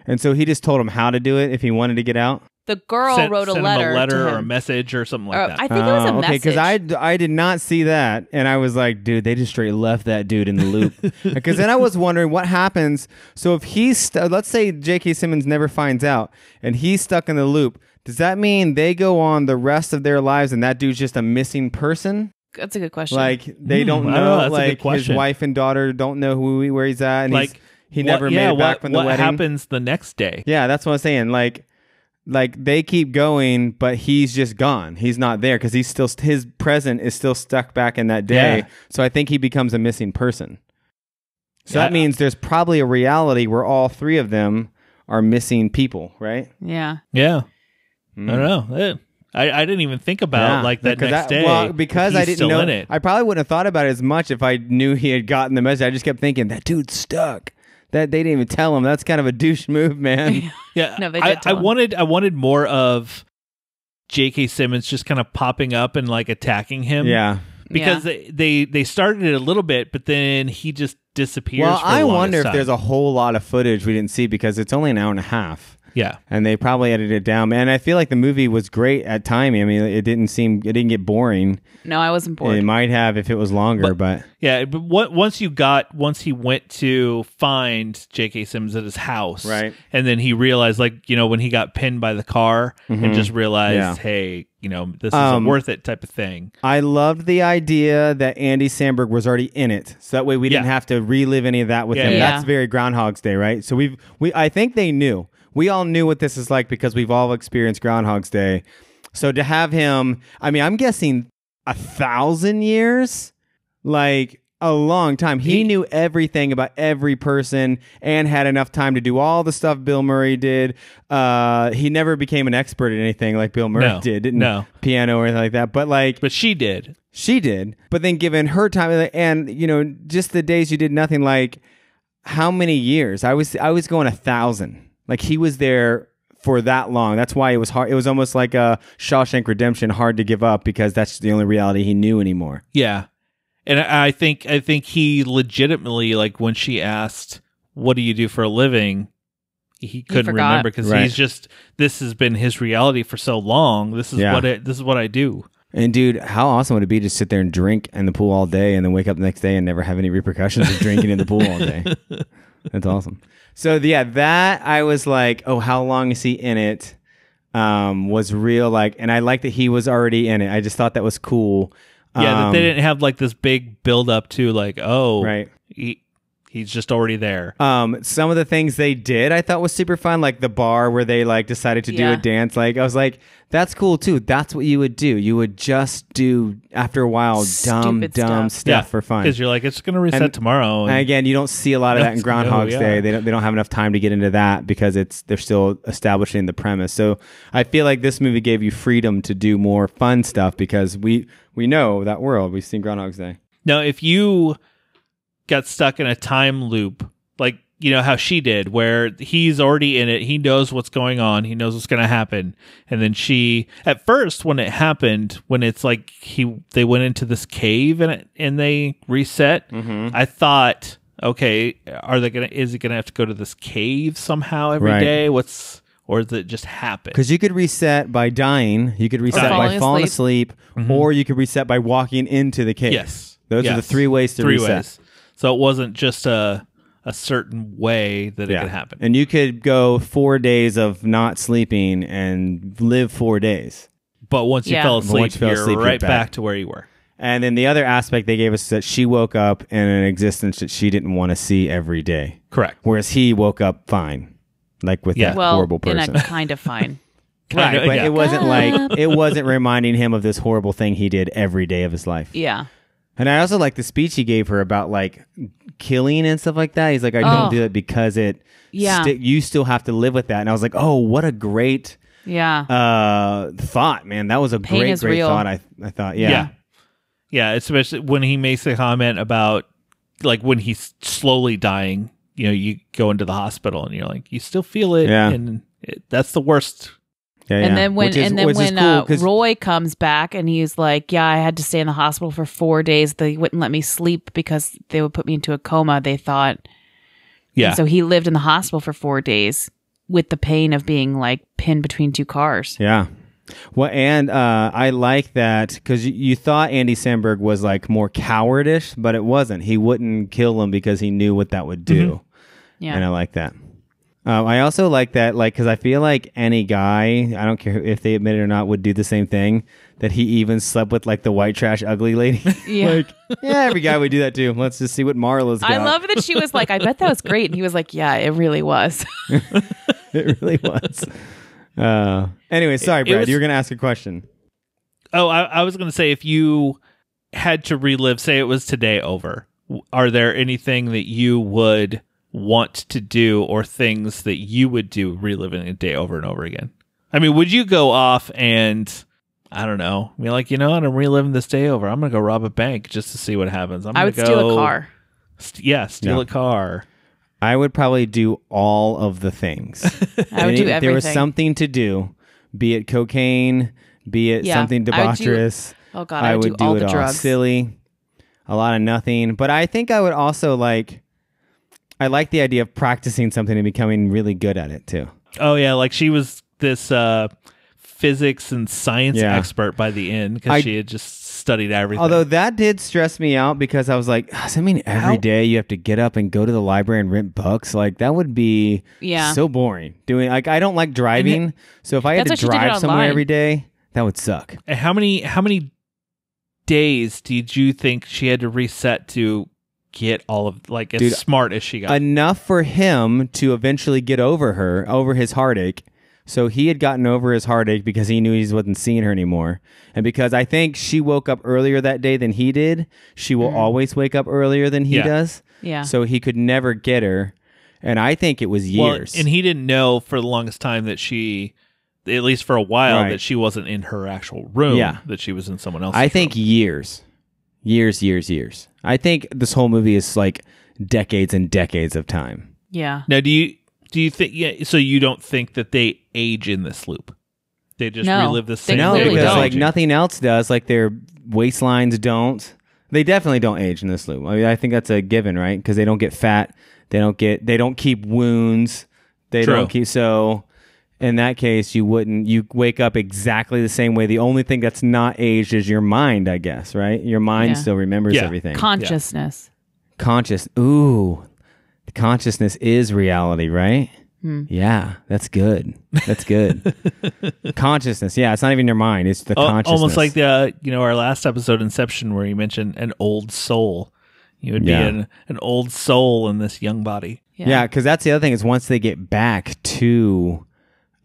Speaker 2: And so he just told him how to do it if he wanted to get out.
Speaker 3: the girl
Speaker 1: sent,
Speaker 3: wrote a
Speaker 1: sent
Speaker 3: letter,
Speaker 1: him a letter
Speaker 3: to
Speaker 1: or a
Speaker 3: him.
Speaker 1: message or something
Speaker 3: Or-
Speaker 1: like that.
Speaker 3: I think it was a
Speaker 2: Oh,
Speaker 3: message.
Speaker 2: okay, because I, I did not see that, and I was like, dude, they just straight left that dude in the loop. Because then I was wondering what happens. So if he's st- let's say J.K. Simmons never finds out, and he's stuck in the loop, does that mean they go on the rest of their lives, and that dude's just a missing person?
Speaker 3: That's a good question.
Speaker 2: Like they
Speaker 1: Hmm,
Speaker 2: don't
Speaker 1: I
Speaker 2: know,
Speaker 1: don't know. That's a good
Speaker 2: like his
Speaker 1: question.
Speaker 2: wife and daughter don't know who he, where he's at, and he's,
Speaker 1: like
Speaker 2: he
Speaker 1: what-
Speaker 2: never
Speaker 1: yeah,
Speaker 2: made it back
Speaker 1: what,
Speaker 2: from the
Speaker 1: what
Speaker 2: wedding.
Speaker 1: happens the next day?
Speaker 2: Yeah, that's what I'm saying. Like, like they keep going, but he's just gone. He's not there because he's still his present is still stuck back in that day.
Speaker 1: Yeah.
Speaker 2: So I think he becomes a missing person. So
Speaker 1: Yeah.
Speaker 2: that means there's probably a reality where all three of them are missing people, right?
Speaker 3: yeah.
Speaker 1: Yeah,
Speaker 2: Mm.
Speaker 1: I don't know. Eh, I, I didn't even think about
Speaker 2: Yeah,
Speaker 1: like that
Speaker 2: because
Speaker 1: next
Speaker 2: I-
Speaker 1: day.
Speaker 2: Well, because
Speaker 1: if
Speaker 2: I
Speaker 1: he's
Speaker 2: didn't
Speaker 1: still
Speaker 2: know
Speaker 1: in it.
Speaker 2: I probably wouldn't have thought about it as much if I knew he had gotten the message. I just kept thinking that dude's stuck. That they didn't even tell him. That's kind of a douche move, man.
Speaker 1: Yeah,
Speaker 3: No, they
Speaker 1: I,
Speaker 3: did
Speaker 1: I
Speaker 3: tell him.
Speaker 1: wanted I wanted more of J.K. Simmons just kind of popping up and like attacking him.
Speaker 2: yeah.
Speaker 1: because
Speaker 3: Yeah.
Speaker 1: they, they they started it a little bit, but then he just disappears.
Speaker 2: Well,
Speaker 1: for the
Speaker 2: I
Speaker 1: longest
Speaker 2: wonder if
Speaker 1: time.
Speaker 2: there's a whole lot of footage we didn't see because it's only an hour and a half,
Speaker 1: yeah.
Speaker 2: and they probably edited it down. And I feel like the movie was great at timing. I mean, it didn't seem it didn't get boring.
Speaker 3: No, I wasn't bored.
Speaker 2: It might have if it was longer, but,
Speaker 1: Yeah, but what, once you got once he went to find J.K. Simmons at his house,
Speaker 2: Right.
Speaker 1: and then he realized, like you know, when he got pinned by the car, and just realized,
Speaker 2: Mm-hmm. Yeah.
Speaker 1: hey, you know, this isn't
Speaker 2: Um,
Speaker 1: worth it, type of thing.
Speaker 2: I loved the idea that Andy Samberg was already in it, so that way we didn't
Speaker 1: Yeah.
Speaker 2: have to relive any of that with
Speaker 1: Yeah,
Speaker 2: him.
Speaker 1: yeah.
Speaker 2: That's very Groundhog's Day, right? So we've we I think they knew. We all knew what this is like because we've all experienced Groundhog's Day. So to have him, I mean, I'm guessing a thousand years, like a long time. He, knew everything about every person and had enough time to do all the stuff Bill Murray did. Uh, he never became an expert at anything like Bill Murray
Speaker 1: No,
Speaker 2: did, didn't
Speaker 1: no.
Speaker 2: piano or anything like that. But like
Speaker 1: But she did.
Speaker 2: she did but then given her time and you know just the days you did nothing like how many years i was i was going a thousand like he was there for that long that's why it was hard it was almost like a shawshank redemption hard to give up because that's the only reality he knew anymore
Speaker 1: Yeah. And I I think I think he legitimately like when she asked, "What do you do for a living?" he couldn't
Speaker 3: forgot.
Speaker 1: remember because
Speaker 2: Right.
Speaker 1: he's just this has been his reality for so long. This is
Speaker 2: Yeah.
Speaker 1: what it, this is what I do.
Speaker 2: and dude how awesome would it be to sit there and drink in the pool all day and then wake up the next day and never have any repercussions of drinking in the pool all day that's awesome so yeah that i was like oh how long is he in it um, was real. Like, and I like that he was already in it. I just thought that was cool.
Speaker 1: Yeah, that
Speaker 2: Um,
Speaker 1: they didn't have like this big build up to like, oh,
Speaker 2: Right.
Speaker 1: he, he's just already there.
Speaker 2: Um, some of the things they did, I thought was super fun, like the bar where they like decided to do
Speaker 3: Yeah.
Speaker 2: a dance. Like, I was like, that's cool too. That's what you would do. You would just do after a while, dumb,
Speaker 3: Stupid
Speaker 2: dumb stuff,
Speaker 1: yeah,
Speaker 2: for fun.
Speaker 1: because you're like, it's gonna reset
Speaker 2: And-
Speaker 1: tomorrow.
Speaker 2: And again, you don't see a lot of that in
Speaker 1: That's-
Speaker 2: Groundhog's
Speaker 1: no, yeah.
Speaker 2: Day. They don't, they don't have enough time to get into that because it's they're still establishing the premise. So I feel like this movie gave you freedom to do more fun stuff because we we know that world. We've seen Groundhog's Day.
Speaker 1: Now, if you got stuck in a time loop, like you know how she did, where he's already in it, he knows what's going on, he knows what's going to happen, and then she, at first, when it happened, when it's like he, they went into this cave and it, and they reset. I thought, okay, are they gonna? Is it gonna have to go to this cave somehow every day?
Speaker 2: Right.
Speaker 1: What's or does it just happen?
Speaker 2: Because you could reset by dying, you could reset by
Speaker 3: falling
Speaker 2: falling asleep, or you could reset by walking into the cave.
Speaker 1: Mm-hmm. Yes.
Speaker 2: Those are the
Speaker 1: Yes.
Speaker 2: three ways to
Speaker 1: three
Speaker 2: reset.
Speaker 1: Ways. So it wasn't just a a certain way that it could happen.
Speaker 2: And you could go four days of not sleeping and live four days.
Speaker 1: but once you
Speaker 3: Yeah.
Speaker 1: fell
Speaker 3: But
Speaker 1: asleep,
Speaker 2: once you fell
Speaker 1: you're
Speaker 2: asleep, you're
Speaker 1: right
Speaker 2: back.
Speaker 1: back. to where you were.
Speaker 2: And then the other aspect they gave us is that she woke up in an existence that she didn't want to see every day.
Speaker 1: Correct.
Speaker 2: Whereas he woke up fine, like with
Speaker 1: Yeah.
Speaker 2: that
Speaker 3: well,
Speaker 2: horrible person.
Speaker 3: in a kind of fine.
Speaker 2: right,
Speaker 1: Kinda,
Speaker 2: but
Speaker 1: yeah.
Speaker 2: it wasn't like it wasn't reminding him of this horrible thing he did every day of his life.
Speaker 3: Yeah.
Speaker 2: And I also like the speech he gave her about like killing and stuff like that. He's like, I don't
Speaker 3: Oh.
Speaker 2: do it because it.
Speaker 3: Yeah.
Speaker 2: sti- you still have to live with that. And I was like, oh, what a great
Speaker 3: Yeah.
Speaker 2: uh thought, man. That was a
Speaker 3: Pain
Speaker 2: great,
Speaker 3: is
Speaker 2: great
Speaker 3: real.
Speaker 2: thought. I I thought,
Speaker 1: yeah.
Speaker 2: yeah.
Speaker 1: yeah. especially when he makes the comment about like when he's slowly dying, you know, you go into the hospital and you're like, you still feel it.
Speaker 2: Yeah.
Speaker 1: And it, that's the worst.
Speaker 2: Yeah, yeah.
Speaker 3: And then when
Speaker 2: Which is-
Speaker 3: and then
Speaker 2: which is
Speaker 3: when
Speaker 2: cool
Speaker 3: uh,
Speaker 2: 'cause-
Speaker 3: Roy comes back and he's like, "Yeah, I had to stay in the hospital for four days. They wouldn't let me sleep because they would put me into a coma. They thought.
Speaker 1: Yeah.
Speaker 3: So he lived in the hospital for four days with the pain of being like pinned between two cars.
Speaker 2: Yeah. Well, and uh, I like that because you, you thought Andy Sandberg was like more cowardish, but it wasn't. He wouldn't kill him because he knew what that would do.
Speaker 3: Mm-hmm. Yeah.
Speaker 2: And I like that. Um, I also like that, like, because I feel like any guy, I don't care if they admit it or not, would do the same thing. That he even slept with like the white trash ugly lady.
Speaker 3: Yeah.
Speaker 2: like, yeah, every guy would do that too. Let's just see what Marla's got.
Speaker 3: I love that she was like, I bet that was great. And he was like, Yeah, it really was.
Speaker 2: it. Really was. Uh, anyway, sorry,
Speaker 1: It- it
Speaker 2: Brad.
Speaker 1: was-
Speaker 2: you were gonna ask a question.
Speaker 1: Oh, I, I was going to say if you had to relive, say it was today over, w- are there anything that you would want to do or things that you would do reliving a day over and over again? I mean, would you go off and I don't know, be like, you know what, I'm reliving this day over. I'm going to go rob a bank just to see what happens. I'm
Speaker 3: I
Speaker 1: gonna
Speaker 3: would steal a
Speaker 1: go-
Speaker 2: "Oh,
Speaker 3: car.
Speaker 1: St- yeah, steal
Speaker 2: Yeah.
Speaker 1: a car.
Speaker 2: I would probably do all of the things.
Speaker 3: I would
Speaker 2: Any-
Speaker 3: do
Speaker 2: if There was
Speaker 3: everything.
Speaker 2: something to do, be it cocaine, be it
Speaker 3: Yeah,
Speaker 2: something
Speaker 3: I would do-
Speaker 2: debaucherous.
Speaker 3: Oh God, I, would do, all
Speaker 2: it
Speaker 3: the drugs.
Speaker 2: Silly, a lot of nothing. But I think I would also like. I like the idea of practicing something and becoming really good at it too.
Speaker 1: Oh yeah, like she was this uh physics and science
Speaker 2: Yeah.
Speaker 1: expert by the end because
Speaker 2: I-
Speaker 1: she had just studied everything.
Speaker 2: Although that did stress me out because I was like, "Ah, does that mean every day you have to get up and go to the library and rent books? Like that would be
Speaker 3: Yeah.
Speaker 2: so boring. Doing like I don't like driving, so if I had to
Speaker 3: That's why she did it
Speaker 2: drive somewhere
Speaker 3: online.
Speaker 2: every day, that would suck.
Speaker 1: And how many how many days did you think she had to reset to get all of like as
Speaker 2: Dude,
Speaker 1: smart as she got?
Speaker 2: enough for him to eventually get over her, over his heartache. So he had gotten over his heartache because he knew he wasn't seeing her anymore. And because I think she woke up earlier that day than he did, she will always wake up earlier than he
Speaker 1: Yeah.
Speaker 2: does.
Speaker 3: Mm-hmm. Yeah.
Speaker 2: So he could never get her. And I think it was
Speaker 1: well,
Speaker 2: years.
Speaker 1: and he didn't know for the longest time that she at least for a while
Speaker 2: Right.
Speaker 1: that she wasn't in her actual room
Speaker 2: Yeah.
Speaker 1: that she was in someone else's
Speaker 2: I think
Speaker 1: room.
Speaker 2: years. Years, years, years. I think this whole movie is like decades and decades of time.
Speaker 3: yeah.
Speaker 1: now do you do you think yeah so you don't think that they age in this loop they just
Speaker 3: No,
Speaker 1: relive the
Speaker 3: they
Speaker 1: same
Speaker 2: No,
Speaker 1: thing
Speaker 3: clearly
Speaker 2: because
Speaker 1: without
Speaker 3: don't.
Speaker 2: like
Speaker 1: aging.
Speaker 2: nothing else does. Like their waistlines don't. They definitely don't age in this loop. I mean, I think that's a given, right? Because they don't get fat. They don't get. They don't keep wounds. They
Speaker 1: True.
Speaker 2: don't keep. So, in that case, you wouldn't. You wake up exactly the same way. The only thing that's not aged is your mind, I guess. Right? Your mind
Speaker 3: Yeah.
Speaker 2: still remembers
Speaker 1: Yeah.
Speaker 2: everything.
Speaker 3: Consciousness.
Speaker 2: Conscious. Ooh, consciousness is reality, right? Yeah, that's good. That's good. consciousness. Yeah, it's not even your mind. It's the
Speaker 1: Al-
Speaker 2: consciousness.
Speaker 1: almost like the uh, you know our last episode inception where you mentioned an old soul you would
Speaker 2: Yeah.
Speaker 1: be an, an old soul in this young body
Speaker 2: Yeah, because that's the other thing is once they get back to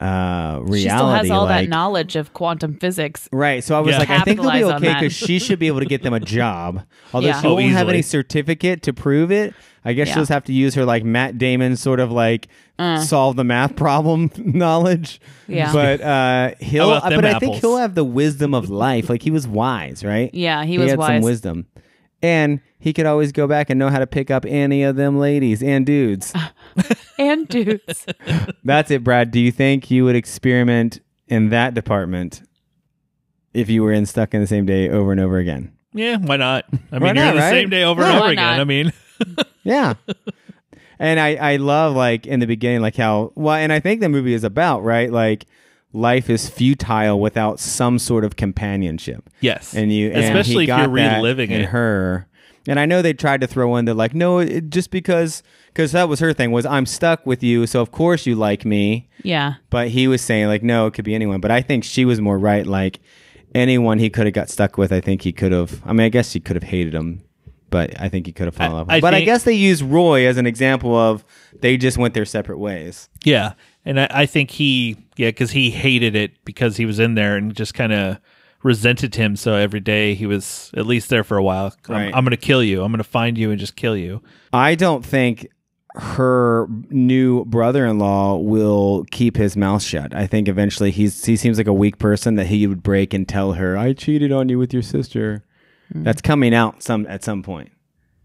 Speaker 2: uh, reality,
Speaker 3: She still has all
Speaker 2: like,
Speaker 3: that knowledge of quantum physics.
Speaker 2: Right. So I was
Speaker 1: Yeah.
Speaker 2: like, I think they'll be
Speaker 3: Capitalize on
Speaker 2: okay
Speaker 3: that.
Speaker 2: because she should be able to get them a job. Although
Speaker 3: Yeah.
Speaker 2: she
Speaker 1: Oh,
Speaker 2: won't have
Speaker 1: easily.
Speaker 2: any certificate to prove it. I guess
Speaker 3: Yeah. Uh.
Speaker 2: she'll just have to use her like Matt Damon sort of like solve the math problem knowledge.
Speaker 3: Yeah.
Speaker 2: But uh, he'll.
Speaker 1: How about them
Speaker 2: But I think
Speaker 1: apples?
Speaker 2: he'll have the wisdom of life. Like he was wise, right?
Speaker 3: Yeah, he was
Speaker 2: had some
Speaker 3: wise.
Speaker 2: wisdom, and he could always go back and know how to pick up any of them ladies and dudes.
Speaker 3: And dudes.
Speaker 2: That's it, Brad. Do you think you would experiment in that department if you were in stuck in the same day over and over again?
Speaker 1: yeah why not i mean
Speaker 2: Why
Speaker 1: you're
Speaker 2: not,
Speaker 1: in the
Speaker 2: right?
Speaker 1: same day over
Speaker 3: Yeah,
Speaker 1: and over
Speaker 3: why
Speaker 1: again
Speaker 3: not?
Speaker 1: i mean
Speaker 2: Yeah. and I, I love like in the beginning, like how well and I think the movie is about, right? Like life is futile without some sort of companionship.
Speaker 1: yes
Speaker 2: And you and he
Speaker 1: especially if
Speaker 2: got
Speaker 1: you're
Speaker 2: that
Speaker 1: reliving
Speaker 2: in
Speaker 1: it
Speaker 2: her. And I know they tried to throw in that like, no, it, just because because that was her thing was I'm stuck with you, so of course you like me.
Speaker 3: Yeah.
Speaker 2: But he was saying like, no, it could be anyone. But I think she was more right. Like anyone he could have got stuck with, I think he could have. I mean, I guess she could have hated him, but I think he could have fallen in love. with
Speaker 1: I
Speaker 2: him. but I
Speaker 1: think-
Speaker 2: guess they use Roy as an example of they just went their separate ways.
Speaker 1: yeah and i, I think he yeah because he hated it because he was in there and just kind of resented him so every day he was at least there for a while I'm-
Speaker 2: Right.
Speaker 1: I'm, gonna kill you i'm gonna find you and just kill you
Speaker 2: I don't think her new brother-in-law will keep his mouth shut. I think eventually he's he seems like a weak person that he would break and tell her, "I cheated on you with your sister." That's coming out some at some point.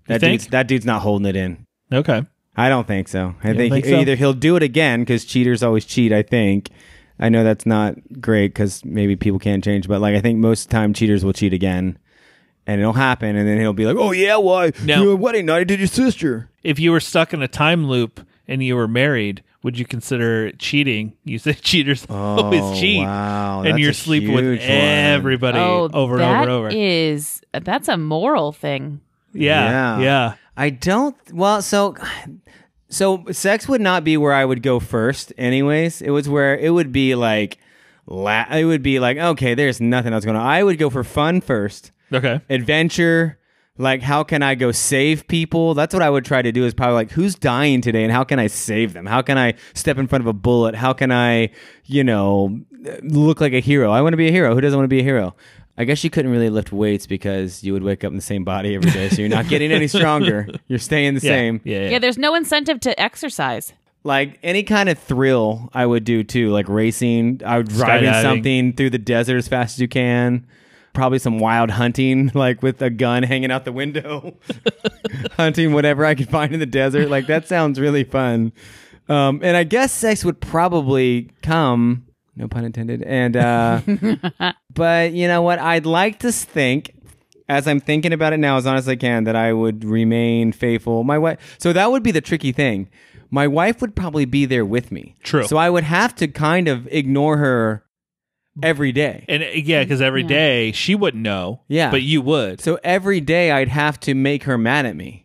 Speaker 2: That
Speaker 1: Mm. think?
Speaker 2: dude's, that dude's not holding it in.
Speaker 1: okay
Speaker 2: I don't think so. I think,
Speaker 1: think
Speaker 2: he-
Speaker 1: so?
Speaker 2: either he'll do it again because cheaters always cheat. I think. I know that's not great because maybe people can't change, but like I think most of the time cheaters will cheat again, and it'll happen, and then he'll be like, "Oh yeah, why?
Speaker 1: Now-
Speaker 2: you were wedding night I did your sister."
Speaker 1: if you were stuck in a time loop and you were married, would you consider cheating? You said cheaters always cheat,
Speaker 2: Oh, wow,
Speaker 1: and
Speaker 2: that's
Speaker 1: you're
Speaker 2: a
Speaker 1: sleeping with
Speaker 2: huge one.
Speaker 1: everybody over and over
Speaker 3: Oh, that
Speaker 1: and over.
Speaker 3: is- that's a moral thing.
Speaker 1: yeah,
Speaker 2: Yeah.
Speaker 1: yeah,
Speaker 2: I don't. Well, so so sex would not be where I would go first. Anyways, it was where it would be like, la- it would be like, okay, there's nothing else going on. I would go for fun first,
Speaker 1: Okay,
Speaker 2: adventure. Like, how can I go save people? That's what I would try to do. Is probably like, who's dying today, and how can I save them? How can I step in front of a bullet? How can I, you know, look like a hero? I want to be a hero. Who doesn't want to be a hero? I guess you couldn't really lift weights because you would wake up in the same body every day, so you're not getting any stronger. You're staying the
Speaker 1: yeah.
Speaker 2: same
Speaker 1: Yeah, yeah.
Speaker 3: Yeah, there's no incentive to exercise.
Speaker 2: like any kind of thrill I would do too, like racing, I would drive in
Speaker 1: Skydiving.
Speaker 2: something through the desert as fast as you can. Probably some wild hunting, like with a gun hanging out the window, hunting whatever I could find in the desert. Like that sounds really fun. Um, and I guess sex would probably come, no pun intended. And uh, but you know what? I'd like to think, as I'm thinking about it now, as honest as I can, that I would remain faithful. My wife. So that would be the tricky thing. My wife would probably be there with me.
Speaker 1: True.
Speaker 2: So I would have to kind of ignore her every day.
Speaker 1: and uh, yeah, because every day she wouldn't know.
Speaker 2: Yeah.
Speaker 1: but you would.
Speaker 2: So every day I'd have to make her mad at me.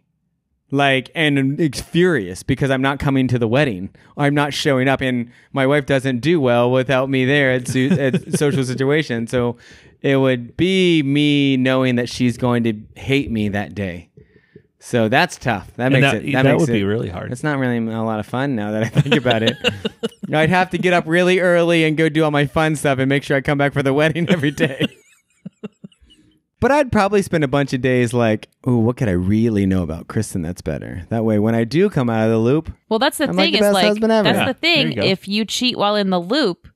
Speaker 2: Like and it's furious because I'm not coming to the wedding. I'm not showing up and my wife doesn't do well without me there at, su- at social situation. So it would be me knowing that she's going to hate me that day. So that's tough. That
Speaker 1: And
Speaker 2: makes
Speaker 1: that- e,
Speaker 2: it
Speaker 1: that
Speaker 2: makes
Speaker 1: would be
Speaker 2: it-
Speaker 1: really hard.
Speaker 2: It's not really a lot of fun now that I think about it. I'd have to get up really early and go do all my fun stuff and make sure I come back for the wedding every day. But I'd probably spend a bunch of days like, oh, what could I really know about Kristen that's better? That way, when I do come out of the loop,
Speaker 3: Well, that's the
Speaker 2: I'm like
Speaker 3: thing.
Speaker 2: the
Speaker 3: is
Speaker 2: best
Speaker 3: like
Speaker 2: husband ever.
Speaker 3: that's
Speaker 1: Yeah,
Speaker 3: the
Speaker 1: there
Speaker 3: thing.
Speaker 1: you go.
Speaker 3: if you cheat while in the loop,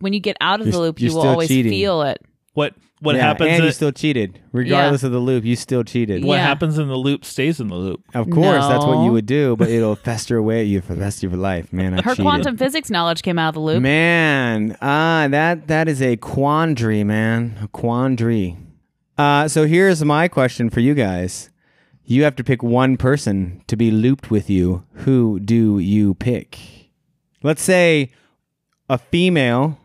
Speaker 3: when you get out of
Speaker 2: You're-
Speaker 3: the loop,
Speaker 2: you're
Speaker 3: you will
Speaker 2: still
Speaker 3: always
Speaker 2: cheating.
Speaker 3: feel it.
Speaker 1: what what
Speaker 2: Yeah,
Speaker 1: happens?
Speaker 2: And
Speaker 1: in-
Speaker 2: you still cheated. Regardless of the loop, you still cheated.
Speaker 1: what
Speaker 3: Yeah.
Speaker 1: happens in the loop stays in the loop.
Speaker 2: Of course, that's what you
Speaker 3: No.
Speaker 2: would do, but it'll fester away at you for the rest of your life. Man, I
Speaker 3: Her
Speaker 2: cheated.
Speaker 3: quantum physics knowledge came out of the loop.
Speaker 2: Man, ah, that that is a quandary, man, a quandary. Uh, so here's my question for you guys: You have to pick one person to be looped with you. Who do you pick? Let's say a female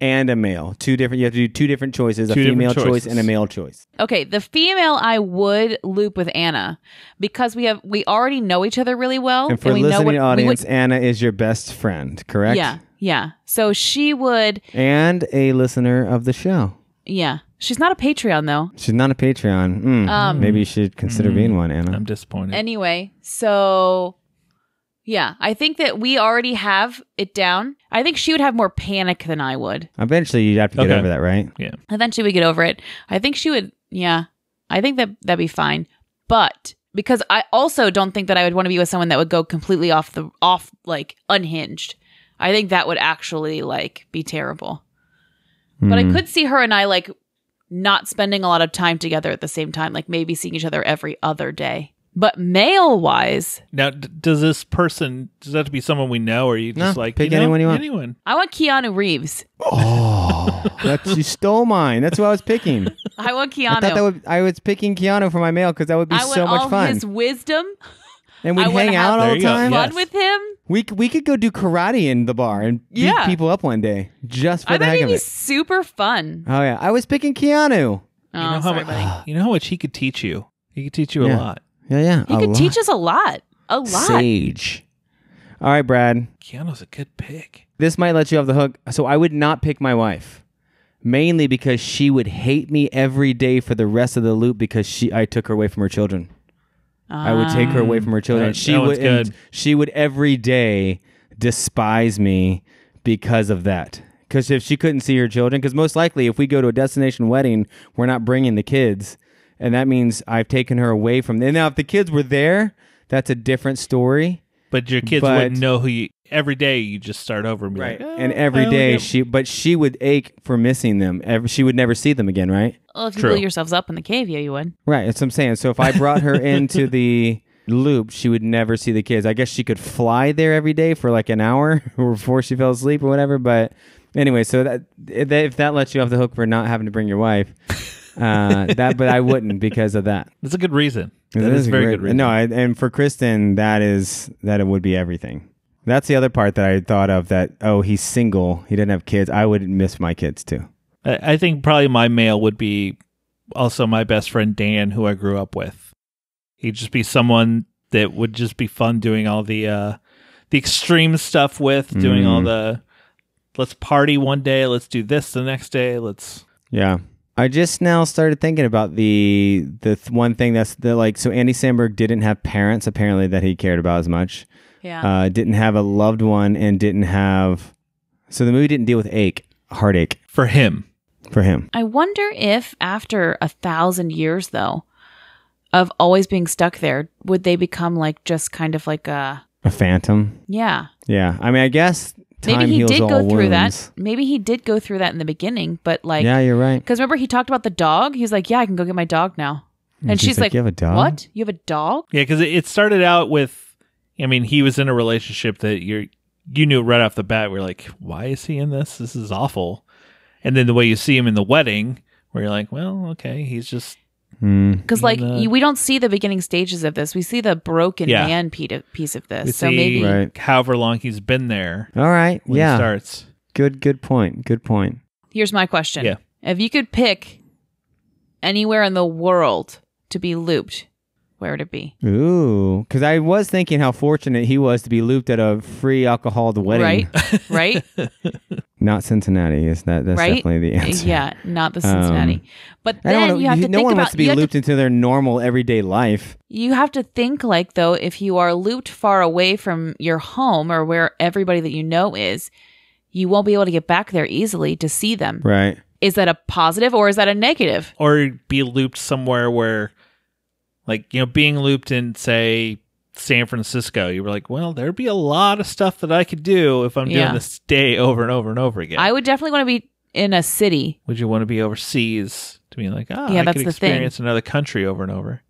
Speaker 2: and a male. Two different. You have to do two different choices:
Speaker 1: Two
Speaker 2: a
Speaker 1: different
Speaker 2: female choice
Speaker 1: choices.
Speaker 2: and a male choice.
Speaker 3: Okay, the female I would loop with Anna because we have we already know each other really well,
Speaker 2: And for
Speaker 3: Oh, we know
Speaker 2: listening
Speaker 3: what we would-
Speaker 2: audience, Anna is your best friend, correct?
Speaker 3: yeah, yeah. So she would,
Speaker 2: And a listener of the show.
Speaker 3: yeah. She's not a Patreon though.
Speaker 2: She's not a Patreon. Mm,
Speaker 3: Um,
Speaker 2: maybe you should consider
Speaker 1: Hmm.
Speaker 2: being one, Anna.
Speaker 1: I'm disappointed.
Speaker 3: Anyway, so yeah, I think that we already have it down. I think she would have more panic than I would.
Speaker 2: Eventually, you'd have to get
Speaker 1: Okay.
Speaker 2: over that, right?
Speaker 3: Eventually, we get over it. I think she would. Yeah, I think that that'd be fine. But because I also don't think that I would want to be with someone that would go completely off the off like unhinged. I think that would actually like be terrible. But I could see her and I like not spending a lot of time together at the same time, like maybe seeing each other every other day. But male wise,
Speaker 1: now, d- does this person does that have to be someone we know, or you just
Speaker 2: No,
Speaker 1: like
Speaker 2: pick
Speaker 1: you know,
Speaker 2: anyone you want.
Speaker 1: Anyone?
Speaker 3: I want Keanu Reeves.
Speaker 2: Oh, that's, you stole mine. That's what I was picking.
Speaker 3: I want Keanu.
Speaker 2: I thought that would, I was picking Keanu for my mail because that would be
Speaker 3: I want
Speaker 2: so much
Speaker 3: all
Speaker 2: fun.
Speaker 3: his wisdom.
Speaker 2: and we'd
Speaker 3: I wanna
Speaker 2: hang
Speaker 3: have
Speaker 2: out
Speaker 1: There
Speaker 2: all the
Speaker 1: you go.
Speaker 2: time.
Speaker 1: Yeah.
Speaker 3: Fun with him.
Speaker 2: We, c- we could go do karate in the bar and beat
Speaker 3: Yeah.
Speaker 2: people up one day just for
Speaker 3: I
Speaker 2: the
Speaker 3: bet
Speaker 2: heck of
Speaker 3: he'd be
Speaker 2: it.
Speaker 3: super fun.
Speaker 2: Oh, yeah. I was picking Keanu.
Speaker 3: Oh,
Speaker 1: you know how
Speaker 3: sorry,
Speaker 1: mu-
Speaker 3: buddy.
Speaker 1: you know how much he could teach you. He could teach you a
Speaker 2: Yeah.
Speaker 1: lot.
Speaker 2: Yeah, yeah.
Speaker 3: He
Speaker 2: a
Speaker 3: could
Speaker 2: lot.
Speaker 3: teach us a lot. A lot.
Speaker 2: Sage. All right, Brad.
Speaker 1: Keanu's a good pick.
Speaker 2: This might let you off the hook. So I would not pick my wife. Mainly because she would hate me every day for the rest of the loop because she I took her away from her children. I would take her away from her children.
Speaker 1: Ah. That-
Speaker 2: she
Speaker 1: that one's
Speaker 2: would and
Speaker 1: good.
Speaker 2: she would every day despise me because of that. Because if she couldn't see her children, because most likely if we go to a destination wedding, we're not bringing the kids, and that means I've taken her away from. And now if the kids were there, that's a different story,
Speaker 1: But your kids
Speaker 2: But-
Speaker 1: wouldn't know who you. Every day you just start over. And be like, "Oh,
Speaker 2: and
Speaker 1: I
Speaker 2: every
Speaker 1: only
Speaker 2: day
Speaker 1: get-"
Speaker 2: she, but she would ache for missing them. Ev- She would never see them again, right?
Speaker 3: Well, if you
Speaker 1: True.
Speaker 3: blew yourselves up in the cave, yeah, you would.
Speaker 2: Right, that's what I'm saying. So if I brought her into the loop, she would never see the kids. I guess she could fly there every day for like an hour or before she fell asleep or whatever. But anyway, so that if that- if that lets you off the hook for not having to bring your wife, uh, that but I wouldn't because of that.
Speaker 1: That's a good reason. That
Speaker 2: That
Speaker 1: is a very
Speaker 2: great-
Speaker 1: good reason.
Speaker 2: No, I, and for Kristen, that is that it would be everything. That's the other part that I thought of that, oh, he's single. He didn't have kids. I would miss my kids too.
Speaker 1: I, I think probably my male would be also my best friend Dan, who I grew up with. He'd just be someone that would just be fun doing all the uh the extreme stuff with, doing all
Speaker 2: Mm.
Speaker 1: the let's party one day, let's do this the next day, let's
Speaker 2: Yeah. I just now started thinking about the the th- one thing that's the like so Andy Samberg didn't have parents apparently that he cared about as much.
Speaker 3: Yeah.
Speaker 2: Uh, didn't have a loved one and didn't have so the movie didn't deal with ache, heartache
Speaker 1: for him.
Speaker 2: for him.
Speaker 3: I wonder if after a thousand years, though, of always being stuck there, would they become like just kind of like a
Speaker 2: A phantom.
Speaker 3: yeah?
Speaker 2: Yeah. I mean, I guess time
Speaker 3: Maybe he
Speaker 2: heals
Speaker 3: did
Speaker 2: all
Speaker 3: go through that.
Speaker 2: wounds.
Speaker 3: Maybe he did go through that in the beginning, but like,
Speaker 2: yeah, you're right.
Speaker 3: because remember he talked about the dog. He's like, yeah, I can go get my dog now, and, she's, like,
Speaker 2: Mm, "You have a dog?"
Speaker 3: What? You have a dog?
Speaker 1: Yeah, because it, it started out with, I mean, he was in a relationship that you you knew right off the bat. We're like, why is he in this? This is awful. And then the way you see him in the wedding, where you're like, well, okay, he's just
Speaker 2: Mm.
Speaker 3: Because like
Speaker 1: No.
Speaker 3: you, we don't see the beginning stages of this. We see the broken
Speaker 1: Yeah.
Speaker 3: man piece of, piece of
Speaker 1: we
Speaker 3: this. Uh, So
Speaker 1: see
Speaker 3: maybe
Speaker 2: Right.
Speaker 1: however long he's been there
Speaker 2: All right.
Speaker 1: when
Speaker 2: yeah.
Speaker 1: he starts.
Speaker 2: Good good point. Good point.
Speaker 3: here's my question:
Speaker 1: Yeah.
Speaker 3: If you could pick anywhere in the world to be looped, where would it be?
Speaker 2: Ooh, because I was thinking how fortunate he was to be looped at a free alcohol wedding.
Speaker 3: Right, right,
Speaker 2: Not Cincinnati. Is that that's
Speaker 3: right.
Speaker 2: definitely the answer?
Speaker 3: Yeah, not the Cincinnati.
Speaker 2: Um,
Speaker 3: but
Speaker 2: I don't
Speaker 3: then
Speaker 2: wanna-
Speaker 3: you have to
Speaker 2: no
Speaker 3: think
Speaker 2: one
Speaker 3: about
Speaker 2: wants to be
Speaker 3: you, have
Speaker 2: looped into their normal everyday life.
Speaker 3: you have to think like though if you are looped far away from your home or where everybody that you know is, you won't be able to get back there easily to see them.
Speaker 2: Right.
Speaker 3: Is that a positive or is that a negative?
Speaker 1: Or be looped somewhere where, like, you know, being looped in, say, San Francisco, you were like, well, there'd be a lot of stuff that I could do if I'm
Speaker 3: Yeah.
Speaker 1: doing this day over and over and over again.
Speaker 3: I would definitely want to be in a city.
Speaker 1: would you want to be overseas to be like ah
Speaker 3: Yeah,
Speaker 1: i
Speaker 3: that's
Speaker 1: could
Speaker 3: the thing.
Speaker 1: experience another country over and over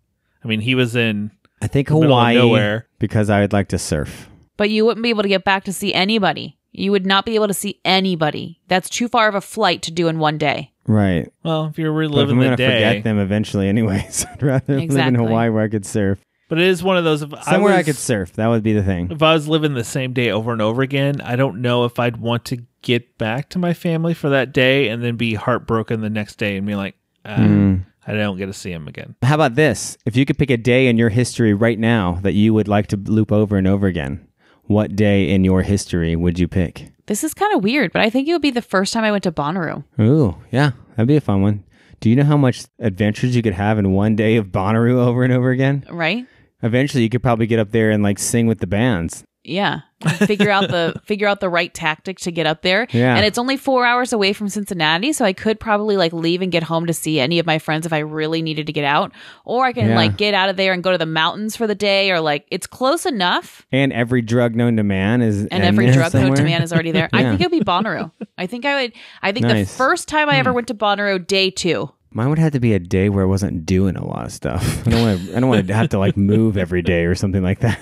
Speaker 1: i mean he was in
Speaker 2: I think
Speaker 1: The middle of
Speaker 2: Hawaii.
Speaker 1: nowhere.
Speaker 2: Because I would like to surf.
Speaker 3: but you wouldn't be able to get back to see anybody. You would not be able to see anybody. That's too far of a flight to do in one day.
Speaker 2: Right.
Speaker 1: well if you're
Speaker 2: But if
Speaker 1: reliving
Speaker 2: I'm
Speaker 1: the
Speaker 2: gonna forget
Speaker 1: day
Speaker 2: them eventually, anyways. I'd rather live in
Speaker 3: Exactly.
Speaker 2: Hawaii where I could surf.
Speaker 1: but it is one of those if
Speaker 2: Somewhere
Speaker 1: I,
Speaker 2: I,
Speaker 1: was,
Speaker 2: could surf. That would be the thing.
Speaker 1: if i was living the same day over and over again i don't know if i'd want to get back to my family for that day and then be heartbroken the next day and be like ah,
Speaker 2: Mm.
Speaker 1: i don't get to see him again
Speaker 2: How about this? If you could pick a day in your history right now that you would like to loop over and over again, what day in your history would you pick?
Speaker 3: This is kind of weird, but I think it would be the first time I went to Bonnaroo.
Speaker 2: Ooh, yeah, that'd be a fun one. Do you know how much adventures you could have in one day of Bonnaroo over and over again?
Speaker 3: Right?
Speaker 2: Eventually, you could probably get up there and like sing with the bands.
Speaker 3: Yeah. Figure out the figure out the right tactic to get up there.
Speaker 2: Yeah.
Speaker 3: And it's only four hours away from Cincinnati, so I could probably like leave and get home to see any of my friends if I really needed to get out. Or I can
Speaker 2: Yeah.
Speaker 3: like get out of there and go to the mountains for the day or like it's close enough.
Speaker 2: And every drug known to man is
Speaker 3: and
Speaker 2: in
Speaker 3: every
Speaker 2: there
Speaker 3: drug known to
Speaker 2: somewhere.
Speaker 3: man is already there. I
Speaker 2: Yeah.
Speaker 3: think it'd be Bonnaroo. I think I would. I think
Speaker 2: Nice. Hmm.
Speaker 3: the first time I ever went to Bonnaroo, day two.
Speaker 2: Mine would have to be a day where I wasn't doing a lot of stuff. I don't want to. I don't want to have to like move every day or something like that.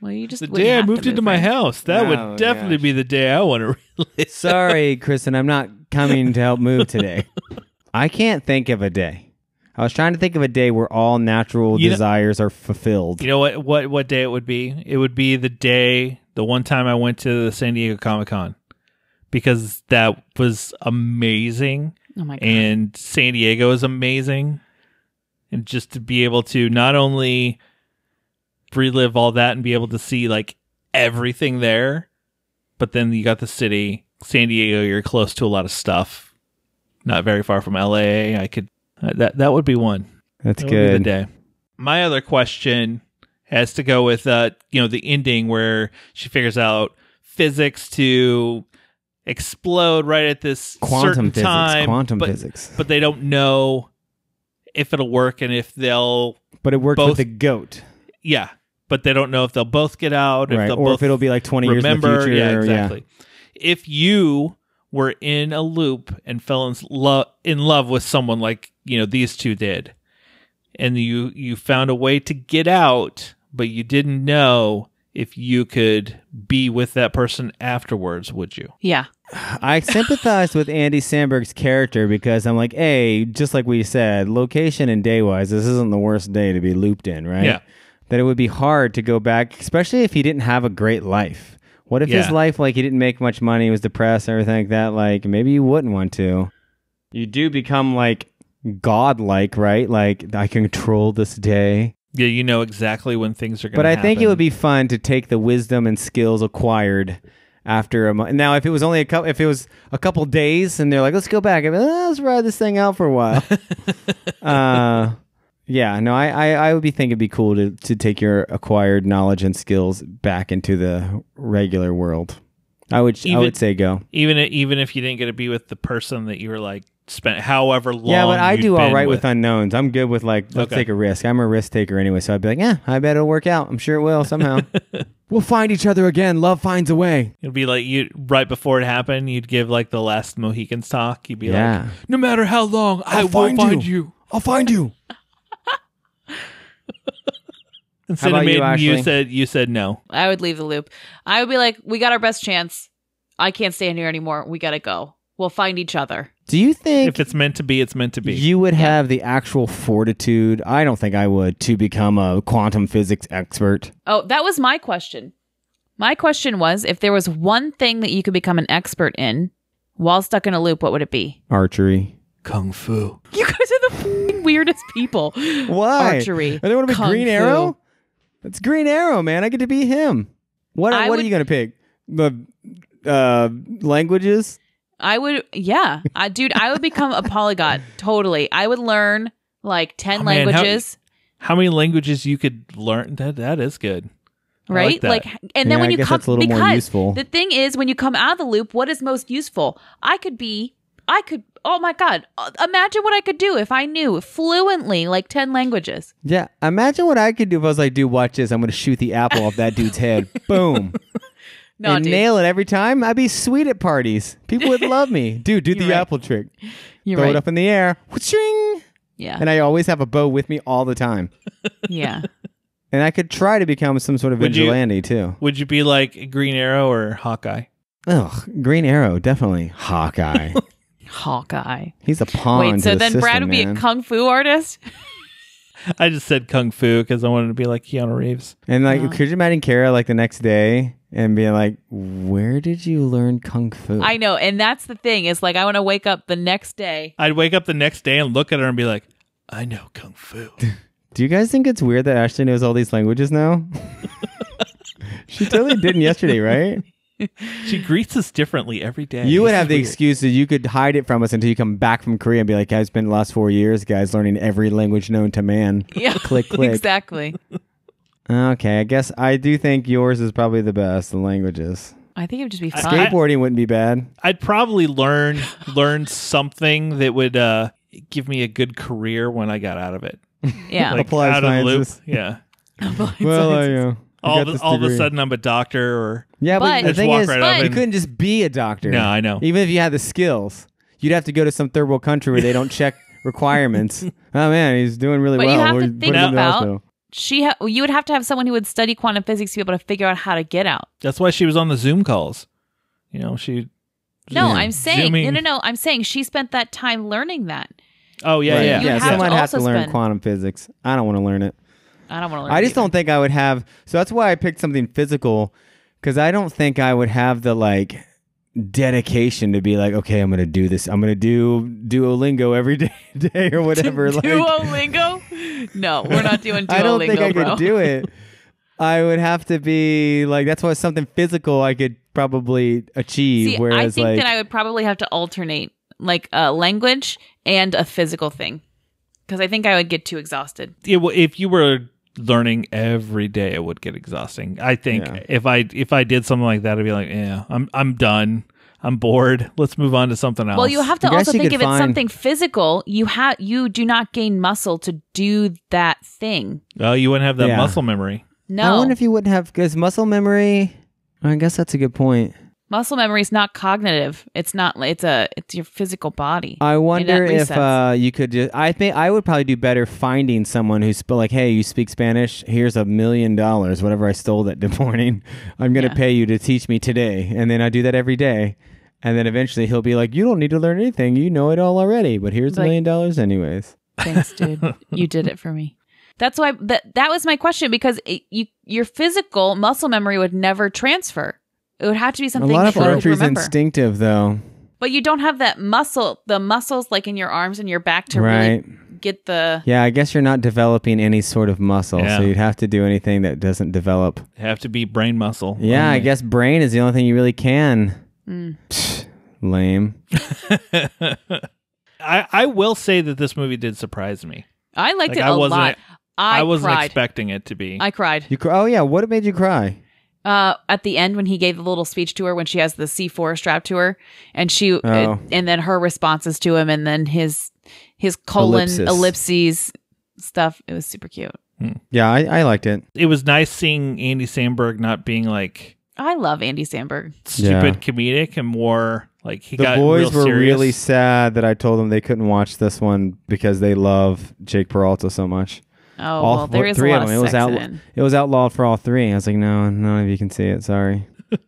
Speaker 3: Well, you just
Speaker 1: the
Speaker 3: wouldn't
Speaker 1: day i
Speaker 3: have to
Speaker 1: moved into
Speaker 3: move,
Speaker 1: my
Speaker 3: right?
Speaker 1: house that
Speaker 2: Oh,
Speaker 1: would definitely
Speaker 2: gosh.
Speaker 1: be the day i want to relive
Speaker 2: Sorry, Kristen, I'm not coming to help move today. I can't think of a day. I was trying to think of a day where all natural
Speaker 1: You know-
Speaker 2: desires are fulfilled.
Speaker 1: You know what? What what day it would be? It would be the day, the one time I went to the San Diego Comic Con, because that was amazing,
Speaker 3: Oh my god!
Speaker 1: and San Diego is amazing, and just to be able to not only relive all that and be able to see like everything there, but then you got the city, San Diego. You're close to a lot of stuff, not very far from L.A. I could uh, that that would be one.
Speaker 2: That's
Speaker 1: That would be
Speaker 2: good.
Speaker 1: the day. My other question has to go with uh, you know, the ending where she figures out physics to explode right at this certain
Speaker 2: Quantum physics.
Speaker 1: time,
Speaker 2: quantum
Speaker 1: but,
Speaker 2: physics.
Speaker 1: But they don't know if it'll work and if they'll
Speaker 2: But it worked
Speaker 1: Both-
Speaker 2: with the goat,
Speaker 1: yeah, but they don't know if they'll both get out, if
Speaker 2: right?
Speaker 1: they'll
Speaker 2: Or
Speaker 1: both
Speaker 2: if it'll be like twenty years in the future.
Speaker 1: yeah,
Speaker 2: or-
Speaker 1: exactly. If you were in a loop and fell in love in love with someone like you know these two did, and you you found a way to get out, but you didn't know if you could be with that person afterwards, would you?
Speaker 3: Yeah,
Speaker 2: I sympathized with Andy Sandberg's character because I'm like, hey, just like we said, location and day wise, this isn't the worst day to be looped in, right?
Speaker 1: Yeah.
Speaker 2: that it would be hard to go back, especially if he didn't have a great life. What if his
Speaker 1: Yeah.
Speaker 2: life, like, he didn't make much money, he was depressed, and everything like that? Like, maybe you wouldn't want to. You do become like godlike, right? Like, I control this day.
Speaker 1: Yeah, you know exactly when things are going.
Speaker 2: But I think it would be fun to take the wisdom and skills acquired after a month. Now, if it was only a couple, if it was a couple days, and they're like, "Let's go back," I'd be like, "Ah, let's ride this thing out for a while. uh, yeah, no, I, I, I would be thinking it'd be cool to to take your acquired knowledge and skills back into the regular world. I would, I
Speaker 1: Even-
Speaker 2: would say go.
Speaker 1: even even if you didn't get to be with the person that you were like spent however long.
Speaker 2: Yeah, but I
Speaker 1: you'd
Speaker 2: do all
Speaker 1: been
Speaker 2: right with unknowns. I'm good with like let's
Speaker 1: Okay.
Speaker 2: take a risk. I'm a risk taker anyway, so I'd be like, yeah, I bet it'll work out. I'm sure it will somehow. we'll find each other again. Love finds a way.
Speaker 1: It'd be like you right before it happened. You'd give like the last Mohicans talk. You'd be
Speaker 2: Yeah.
Speaker 1: like, no matter how long, i will find, you.
Speaker 2: I'll find you.
Speaker 1: Instead
Speaker 2: about
Speaker 1: of
Speaker 2: you,
Speaker 1: Maiden, you,
Speaker 2: Ashley?
Speaker 1: said you said no.
Speaker 3: I would leave the loop. I would be like, we got our best chance. I can't stand here anymore. We got to go. We'll find each other.
Speaker 2: Do you
Speaker 1: If
Speaker 2: think
Speaker 1: it's meant to be, it's meant to be.
Speaker 2: you would have the actual fortitude? I don't think I would to become a quantum physics expert.
Speaker 3: Oh, that was my question. My question was if there was one thing that you could become an expert in while stuck in a loop, what would it be?
Speaker 2: Archery.
Speaker 1: Kung fu.
Speaker 3: You guys are the f***ing weirdest people.
Speaker 2: Why?
Speaker 3: Archery.
Speaker 2: Are they want to be
Speaker 3: Kung
Speaker 2: Green
Speaker 3: Fu.
Speaker 2: Arrow? It's Green Arrow, man. I get to be him. What
Speaker 3: I
Speaker 2: What
Speaker 3: would-
Speaker 2: are you gonna pick? The uh, languages.
Speaker 3: I would, yeah, I dude, I would become a polyglot. Totally, I would learn like ten
Speaker 1: Oh, man, how-
Speaker 3: languages,
Speaker 1: How many languages you could learn? That that is good. I
Speaker 3: right?
Speaker 1: Like,
Speaker 3: Like,
Speaker 1: that.
Speaker 3: and then
Speaker 2: Yeah,
Speaker 3: when
Speaker 2: I
Speaker 3: you
Speaker 2: guess
Speaker 3: come
Speaker 2: that's a little more
Speaker 3: because
Speaker 2: useful.
Speaker 3: the thing is, when you come out of the loop, what is most useful? I could be, I could. Oh my god! uh, Imagine what I could do if I knew fluently like ten languages.
Speaker 2: Yeah. Imagine what I could do if I was like, dude, watch this. I'm gonna shoot the apple off that dude's head. Boom.
Speaker 3: No,
Speaker 2: and
Speaker 3: dude,
Speaker 2: nail it every time. I'd be sweet at parties. People would love me. Dude, do the
Speaker 3: You're right.
Speaker 2: apple trick.
Speaker 3: you're
Speaker 2: Throw
Speaker 3: right.
Speaker 2: it up in the air. Whooshing!
Speaker 3: Yeah,
Speaker 2: And I always have a bow with me all the time.
Speaker 3: yeah.
Speaker 2: And I could try to become some sort of
Speaker 1: Would you-
Speaker 2: vigilante too.
Speaker 1: Would you be like Green Arrow or Hawkeye?
Speaker 2: Ugh, Green Arrow, definitely. Hawkeye.
Speaker 3: Hawkeye.
Speaker 2: He's a pawn.
Speaker 3: Wait,
Speaker 2: to
Speaker 3: so
Speaker 2: Oh, the
Speaker 3: then
Speaker 2: system,
Speaker 3: Brad would be
Speaker 2: man.
Speaker 3: a kung fu artist?
Speaker 1: I just said Kung Fu because I wanted to be like Keanu Reeves.
Speaker 2: And like,
Speaker 3: Oh.
Speaker 2: could you imagine Kara like the next day and being like, "Where did you learn kung fu?"
Speaker 3: I know, and that's the thing. Is like I want to wake up the next day
Speaker 1: I'd wake up the next day and look at her and be like, I know Kung Fu.
Speaker 2: Do you guys think it's weird that Ashley knows all these languages now? she totally didn't yesterday, right?
Speaker 1: she greets us differently every day.
Speaker 2: You would
Speaker 1: This
Speaker 2: have
Speaker 1: is
Speaker 2: the
Speaker 1: weird.
Speaker 2: excuse that you could hide it from us until you come back from Korea and be like, "I've spent the last four years, guys, learning every language known to man."
Speaker 3: Yeah.
Speaker 2: click, click.
Speaker 3: Exactly.
Speaker 2: Okay, I guess I do think yours is probably the best. The languages.
Speaker 3: I think it would just be fun.
Speaker 2: Skateboarding wouldn't be bad.
Speaker 1: I'd probably learn learn something that would uh, give me a good career when I got out of it.
Speaker 3: yeah.
Speaker 1: Like
Speaker 2: Applied
Speaker 1: out of the loop.
Speaker 2: sciences.
Speaker 1: Yeah.
Speaker 2: Well, I, uh, I
Speaker 1: All
Speaker 2: got
Speaker 1: of, a-
Speaker 2: this
Speaker 1: all of a
Speaker 2: degree.
Speaker 1: sudden, I'm a doctor or
Speaker 2: Yeah, but,
Speaker 3: But-
Speaker 2: the
Speaker 1: Just
Speaker 2: thing
Speaker 1: walk
Speaker 2: is,
Speaker 1: right
Speaker 3: up
Speaker 2: you
Speaker 1: and-
Speaker 2: couldn't just be a doctor.
Speaker 1: No, I know.
Speaker 2: Even if you had the skills, you'd have to go to some third world country where they don't check requirements. Oh man, he's doing really
Speaker 3: But you
Speaker 2: well.
Speaker 3: have to
Speaker 2: We're
Speaker 3: think
Speaker 2: putting him in the
Speaker 3: about-
Speaker 2: hospital.
Speaker 3: She ha- you would have to have someone who would study quantum physics to be able to figure out how to get out.
Speaker 1: that's why she was on the Zoom calls. You know, she.
Speaker 3: No,
Speaker 2: Yeah.
Speaker 3: I'm saying
Speaker 1: Zooming.
Speaker 3: no, no, no. I'm saying she spent that time learning that.
Speaker 1: Oh yeah,
Speaker 2: Right.
Speaker 1: yeah.
Speaker 3: you would have to
Speaker 2: someone has to
Speaker 3: also
Speaker 2: learn
Speaker 3: spend-
Speaker 2: quantum physics. I don't want to learn it.
Speaker 3: I don't want to learn.
Speaker 2: I
Speaker 3: it
Speaker 2: just don't think I would have. So that's why I picked something physical, because I don't think I would have the like dedication to be like, okay, I'm gonna do this. I'm gonna do Duolingo every day, day or whatever.
Speaker 3: either.
Speaker 2: like,
Speaker 3: Duolingo. no, we're not doing Duolingo,
Speaker 2: I don't think I
Speaker 3: bro.
Speaker 2: could do it. I would have to be like that's why something physical I could probably achieve.
Speaker 3: See,
Speaker 2: whereas
Speaker 3: I think
Speaker 2: like
Speaker 3: that I would probably have to alternate like a language and a physical thing because I think I would get too exhausted.
Speaker 1: it, w- if you were learning every day, it would get exhausting. I think
Speaker 2: Yeah.
Speaker 1: if I if I did something like that, I'd be like, yeah, I'm I'm done. I'm bored. Let's move on to something else.
Speaker 3: Well, you have to
Speaker 2: I guess
Speaker 3: also
Speaker 2: you
Speaker 3: think
Speaker 2: could
Speaker 3: if it's
Speaker 2: find-
Speaker 3: something physical, you have you do not gain muscle to do that thing.
Speaker 1: Oh, you wouldn't have that
Speaker 2: Yeah.
Speaker 1: muscle memory.
Speaker 3: No,
Speaker 2: I wonder if you wouldn't have because muscle memory. I guess that's a good point.
Speaker 3: muscle memory is not cognitive. It's not. It's a. It's your physical body.
Speaker 2: I wonder
Speaker 3: It
Speaker 2: if
Speaker 3: resets.
Speaker 2: uh, you could just. I think I would probably do better finding someone who's sp- like, "Hey, you speak Spanish? Here's a million dollars, whatever I stole that the morning. I'm gonna
Speaker 3: Yeah.
Speaker 2: pay you to teach me today." And then I do that every day, and then eventually he'll be like, "You don't need to learn anything. You know it all already. But here's a
Speaker 3: Like-
Speaker 2: million dollars anyways."
Speaker 3: Thanks, dude. you did it for me. That's why that that was my question because it, you your physical muscle memory would never transfer. It would have to be
Speaker 2: A
Speaker 3: something
Speaker 2: lot of
Speaker 3: you would
Speaker 2: archery is
Speaker 3: remember.
Speaker 2: instinctive, though.
Speaker 3: but you don't have that muscle, the muscles like in your arms and your back to
Speaker 2: Right.
Speaker 3: really get the
Speaker 2: Yeah, I guess you're not developing any sort of muscle,
Speaker 1: Yeah.
Speaker 2: so you'd have to do anything that doesn't develop.
Speaker 1: Have to be brain muscle.
Speaker 2: Yeah, I guess brain is the only thing you really can.
Speaker 3: Mm.
Speaker 2: Psh, lame.
Speaker 1: I, I will say that this movie did surprise me.
Speaker 3: I liked
Speaker 1: Like,
Speaker 3: it
Speaker 1: I
Speaker 3: a
Speaker 1: wasn't-
Speaker 3: lot. I,
Speaker 1: wasn't
Speaker 3: cried.
Speaker 1: expecting it to be.
Speaker 3: I cried.
Speaker 2: You cr- oh yeah, what made you cry?
Speaker 3: Uh, at the end when he gave the little speech to her when she has the C4 strapped to her and she uh,
Speaker 2: Oh.
Speaker 3: and then her responses to him and then his his colon
Speaker 2: Ellipsis.
Speaker 3: ellipses stuff. It was super cute.
Speaker 2: Yeah, I, I liked it.
Speaker 1: it was nice seeing Andy Samberg not being like
Speaker 3: I love Andy Samberg.
Speaker 1: stupid
Speaker 2: Yeah.
Speaker 1: comedic and more like he
Speaker 2: The
Speaker 1: got
Speaker 2: boys
Speaker 1: real
Speaker 2: were
Speaker 1: serious.
Speaker 2: really sad that I told them they couldn't watch this one because they love Jake Peralta so much.
Speaker 3: Oh, well, there
Speaker 2: four-
Speaker 3: is a lot of
Speaker 2: It was
Speaker 3: sex
Speaker 2: outla-
Speaker 3: in
Speaker 2: it was outlawed for all three. I was like, no, none of you can see it. Sorry.
Speaker 3: it.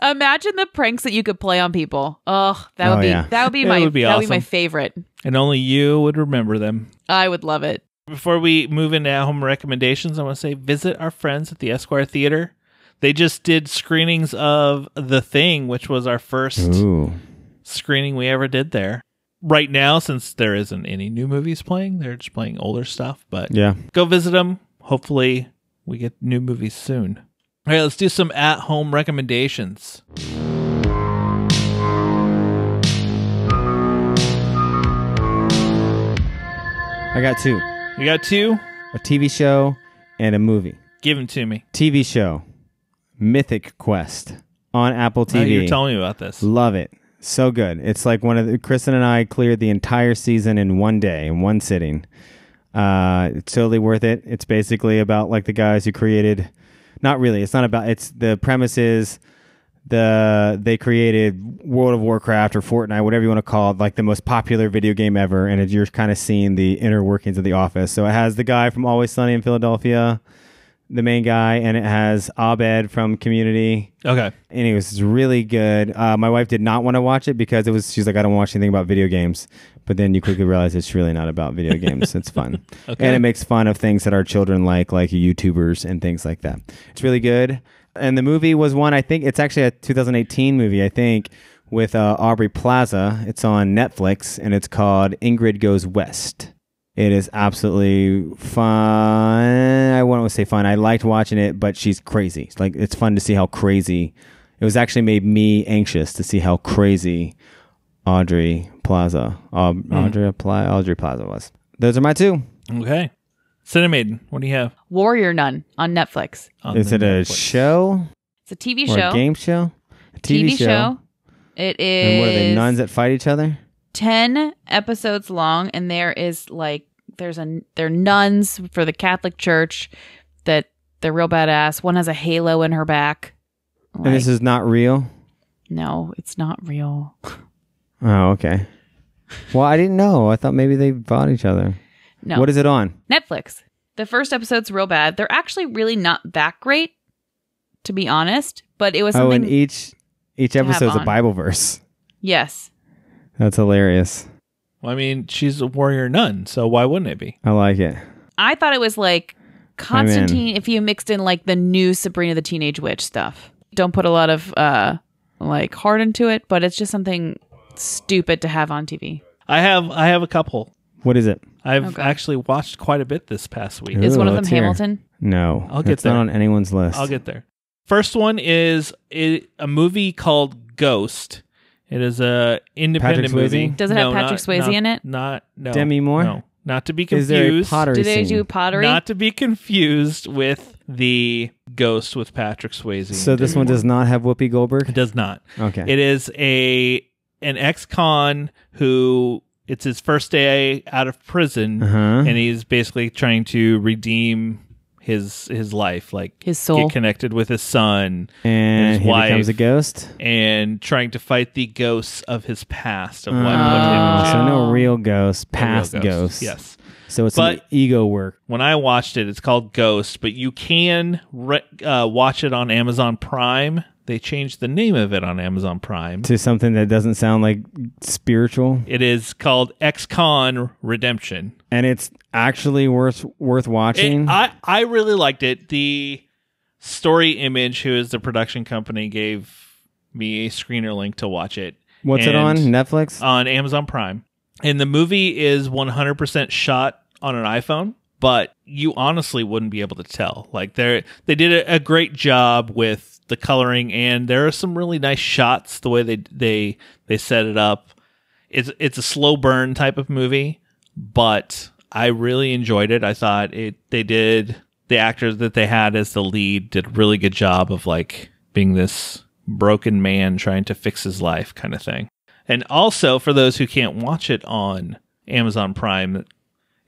Speaker 3: Imagine the pranks that you could play on people. Oh, that
Speaker 2: Oh,
Speaker 3: would be
Speaker 2: yeah.
Speaker 3: that would be
Speaker 1: It
Speaker 3: my
Speaker 1: would be
Speaker 3: that would be my
Speaker 1: awesome.
Speaker 3: favorite.
Speaker 1: and only you would remember them.
Speaker 3: I would love it.
Speaker 1: Before we move into home recommendations, I want to say visit our friends at the Esquire Theater. They just did screenings of The Thing, which was our first
Speaker 2: Ooh,
Speaker 1: screening we ever did there. Right now, since there isn't any new movies playing, they're just playing older stuff. But
Speaker 2: yeah.
Speaker 1: go visit them. Hopefully, we get new movies soon. All right, let's do some at home recommendations.
Speaker 2: I got two:
Speaker 1: You got two?
Speaker 2: a TV show and a movie.
Speaker 1: Give them to me.
Speaker 2: TV show, Mythic Quest on Apple TV.
Speaker 1: Oh, you were telling me about this.
Speaker 2: Love it. So good. It's like one of the, Kristen and I cleared the entire season in one day, in one sitting. Uh, it's totally worth it. It's basically about like the guys who created, not really. It's not about. It's the premise is the they created World of Warcraft or Fortnite, whatever you want to call it, like the most popular video game ever, and it, you're kind of seeing the inner workings of the office. So it has the guy from Always Sunny in Philadelphia, the main guy, and it has Abed from Community.
Speaker 1: Okay.
Speaker 2: Anyways, it's really good. Uh, my wife did not want to watch it because it was. She's like, I don't want to watch anything about video games. But then you quickly realize it's really not about video games. It's fun, and it makes fun of things that our children like, like YouTubers and things like that. It's really good. And the movie was one I think it's actually a 2018 movie. I think with uh, Aubrey Plaza. It's on Netflix and it's called Ingrid Goes West. It is absolutely fun. I wouldn't say fun. I liked watching it, but she's crazy. It's like it's fun to see how crazy. It was actually made me anxious to see how crazy Audrey Plaza, Aub-
Speaker 1: Hmm.
Speaker 2: Audrey, Pla- Audrey Plaza was. Those are my two.
Speaker 1: Okay. Cinemaiden, what do you have?
Speaker 3: Warrior Nun on Netflix.
Speaker 1: on
Speaker 2: is
Speaker 1: the
Speaker 2: it a
Speaker 1: Netflix?
Speaker 2: show
Speaker 3: It's a TV
Speaker 2: or
Speaker 3: show.
Speaker 2: a game show? A TV, show.
Speaker 3: It
Speaker 2: And what are they?
Speaker 3: is
Speaker 2: Nuns that fight each other?
Speaker 3: 10 episodes long and there is like there's a they're nuns for the Catholic Church that they're real badass. One has a halo in her back.
Speaker 2: and this
Speaker 3: Like,
Speaker 2: is not real.
Speaker 3: no, it's not real.
Speaker 2: Oh, okay. Well, I didn't know. I thought maybe they fought each other.
Speaker 3: No.
Speaker 2: What is it on?
Speaker 3: Netflix. The first episode's real bad. They're actually really not that great, to be honest. But it was
Speaker 2: Oh,
Speaker 3: something.
Speaker 2: and each each
Speaker 3: have
Speaker 2: episode's a
Speaker 3: on.
Speaker 2: Bible verse.
Speaker 3: yes,
Speaker 2: That's hilarious.
Speaker 1: Well, I mean, she's a warrior nun, so why wouldn't it be?
Speaker 2: I like it.
Speaker 3: I thought it was like Constantine. If you mixed in like the new Sabrina the Teenage Witch stuff, don't put a lot of uh like heart into it. But it's just something stupid to have on TV.
Speaker 1: I have I have a couple.
Speaker 2: What is it?
Speaker 1: I've
Speaker 3: Okay.
Speaker 1: actually watched quite a bit this past week.
Speaker 3: Is
Speaker 2: Ooh,
Speaker 3: one of them
Speaker 2: let's hear.
Speaker 3: Hamilton?
Speaker 2: No,
Speaker 1: I'll get
Speaker 2: it's not
Speaker 1: there.
Speaker 2: on anyone's list.
Speaker 1: I'll get there. First one is i- a movie called Ghost. It is a independent
Speaker 2: Patrick Swayze?
Speaker 1: movie.
Speaker 3: Does it have Patrick Swayze
Speaker 1: not-
Speaker 3: in it?
Speaker 1: Not no.
Speaker 2: Demi Moore?
Speaker 1: No, not to be
Speaker 2: Is there a
Speaker 1: confused.
Speaker 2: pottery
Speaker 3: Do they
Speaker 2: scene?
Speaker 3: do pottery?
Speaker 1: Not to be confused with the Ghost with Patrick Swayze.
Speaker 2: so
Speaker 1: and
Speaker 2: this
Speaker 1: Demi
Speaker 2: one
Speaker 1: Moore.
Speaker 2: does not have Whoopi Goldberg.
Speaker 1: It does not.
Speaker 2: Okay.
Speaker 1: It is a an ex-con who it's his first day out of prison,
Speaker 2: Uh-huh.
Speaker 1: and he's basically trying to redeem his his life, like
Speaker 3: His soul.
Speaker 1: get connected with his son,
Speaker 2: and
Speaker 1: his
Speaker 2: here becomes a
Speaker 1: wife.
Speaker 2: ghost.
Speaker 1: and trying to fight the ghosts of his past of what
Speaker 2: Oh,
Speaker 1: put him in
Speaker 2: so
Speaker 1: jail.
Speaker 2: no real ghost, past
Speaker 1: Uh, Real
Speaker 2: ghost.
Speaker 1: Yes.
Speaker 2: So it's
Speaker 1: But-
Speaker 2: an ego work.
Speaker 1: When I watched it, it's called Ghost, but you can re- uh, watch it on Amazon Prime They changed the name of it on Amazon Prime.
Speaker 2: to something that doesn't sound like spiritual,
Speaker 1: It is called Ex Con Redemption.
Speaker 2: and it's actually worth worth watching.
Speaker 1: It, I I really liked it. The story image, who is the production company, gave me a screener link to watch it.
Speaker 2: What's it
Speaker 1: And- uh,
Speaker 2: on Netflix?
Speaker 1: On Amazon Prime. And the movie is 100% shot on an iPhone, but you honestly wouldn't be able to tell. Like they they did a, a great job with the coloring and there are some really nice shots the way they they they set it up. It's it's a slow burn type of movie, but I really enjoyed it. I thought it they did the actors that they had as the lead did a really good job of like being this broken man trying to fix his life kind of thing. And also for those who can't watch it on Amazon Prime,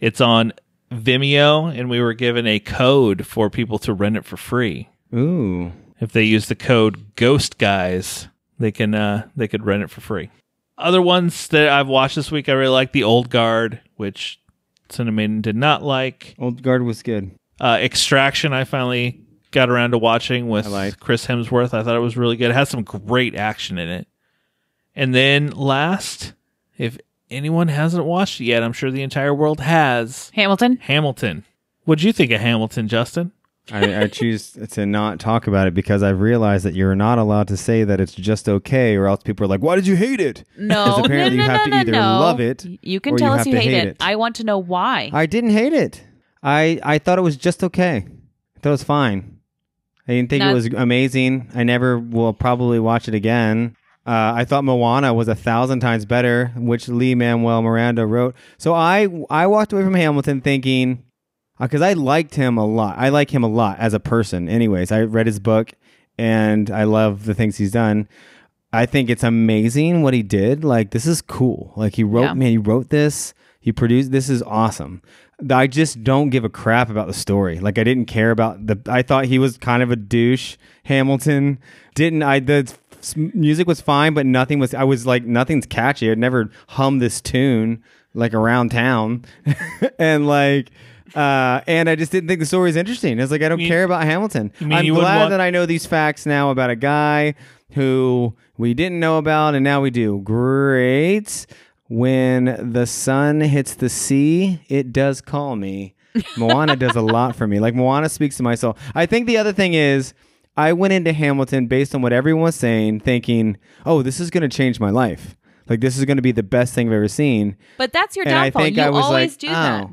Speaker 1: it's on Vimeo and we were given a code for people to rent it for free.
Speaker 2: Ooh,
Speaker 1: If they use the code ghost guys, they can uh they could rent it for free. Other ones that I've watched this week I really like The Old Guard, which Cinnamon did not like.
Speaker 2: Old Guard was good.
Speaker 1: Uh Extraction I finally got around to watching with
Speaker 2: I like.
Speaker 1: Chris Hemsworth. I thought it was really good. It has some great action in it. And then last, if anyone hasn't watched it yet, I'm sure the entire world has
Speaker 3: Hamilton.
Speaker 1: Hamilton. What'd you think of Hamilton, Justin?
Speaker 2: I, I choose to not talk about it because I've realized that you're not allowed to say that it's just okay, or else people are like, "Why did you hate it?"
Speaker 3: No,
Speaker 2: 'Cause apparently
Speaker 3: no,
Speaker 2: you
Speaker 3: no,
Speaker 2: have
Speaker 3: no,
Speaker 2: to
Speaker 3: no,
Speaker 2: either
Speaker 3: no.
Speaker 2: love it
Speaker 3: Y- You can
Speaker 2: or
Speaker 3: tell
Speaker 2: you
Speaker 3: us
Speaker 2: have
Speaker 3: you
Speaker 2: to
Speaker 3: hate,
Speaker 2: hate
Speaker 3: it.
Speaker 2: it.
Speaker 3: I want to know why.
Speaker 2: I didn't hate it. I I thought it was just okay. I thought it was fine. I didn't think
Speaker 3: No.
Speaker 2: it was amazing. I never will probably watch it again. Uh, I thought Moana was a thousand times better, which Lee Manuel Miranda wrote. So I I walked away from Hamilton thinking, because I liked him a lot. I like him a lot as a person. Anyways, I read his book and I love the things he's done. I think it's amazing what he did. Like this is cool. Like he wrote
Speaker 3: Yeah.
Speaker 2: man, he wrote this. He produced this is awesome. I just don't give a crap about the story. Like I didn't care about the I thought he was kind of a douche. Hamilton didn't I the s- music was fine but nothing was I was like nothing's catchy. I'd never hum this tune like around town. and like uh and I just didn't think the story was interesting. It's like I don't care about Hamilton.
Speaker 1: mean
Speaker 2: I'm
Speaker 1: you wouldn't
Speaker 2: glad
Speaker 1: want-
Speaker 2: that I know these facts now about a guy who we didn't know about and now we do. Great. When the sun hits the sea, it does call me. Moana does a lot for me. Like Moana speaks to my soul. I think the other thing is I went into Hamilton based on what everyone was saying, thinking, oh, this is going to change my life. Like, this is going to be the best thing I've ever seen
Speaker 3: but that's your
Speaker 2: and I
Speaker 3: downfall.
Speaker 2: think
Speaker 3: You
Speaker 2: I was
Speaker 3: always
Speaker 2: like,
Speaker 3: do
Speaker 2: oh.
Speaker 3: that.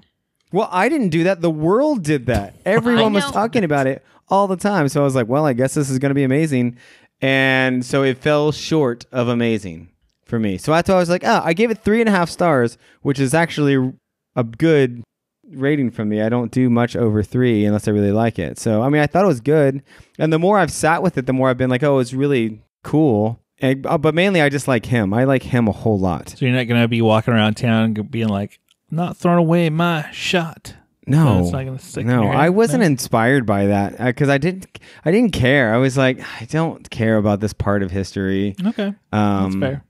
Speaker 2: Well, I didn't do that. The world did that. Everyone was
Speaker 3: know.
Speaker 2: talking about it all the time. So I was like, well, I guess this is going to be amazing. And so it fell short of amazing for me. So that's why I was like, oh, I gave it three and a half stars, which is actually a good rating from me. I don't do much over three unless I really like it. So, I mean, I thought it was good. And the more I've sat with it, the more I've been like, oh, it's really cool. And, uh, but mainly, I just like him. I like him a whole lot.
Speaker 1: So you're not gonna be walking around town and being like, "Not throwing away my shot."
Speaker 2: No,
Speaker 1: So it's not gonna stick in
Speaker 2: No,
Speaker 1: your
Speaker 2: I
Speaker 1: head?
Speaker 2: wasn't
Speaker 1: No.
Speaker 2: inspired by that because I didn't. I didn't care. I was like, I don't care about this part of history.
Speaker 1: Okay, that's
Speaker 2: Um,
Speaker 1: fair.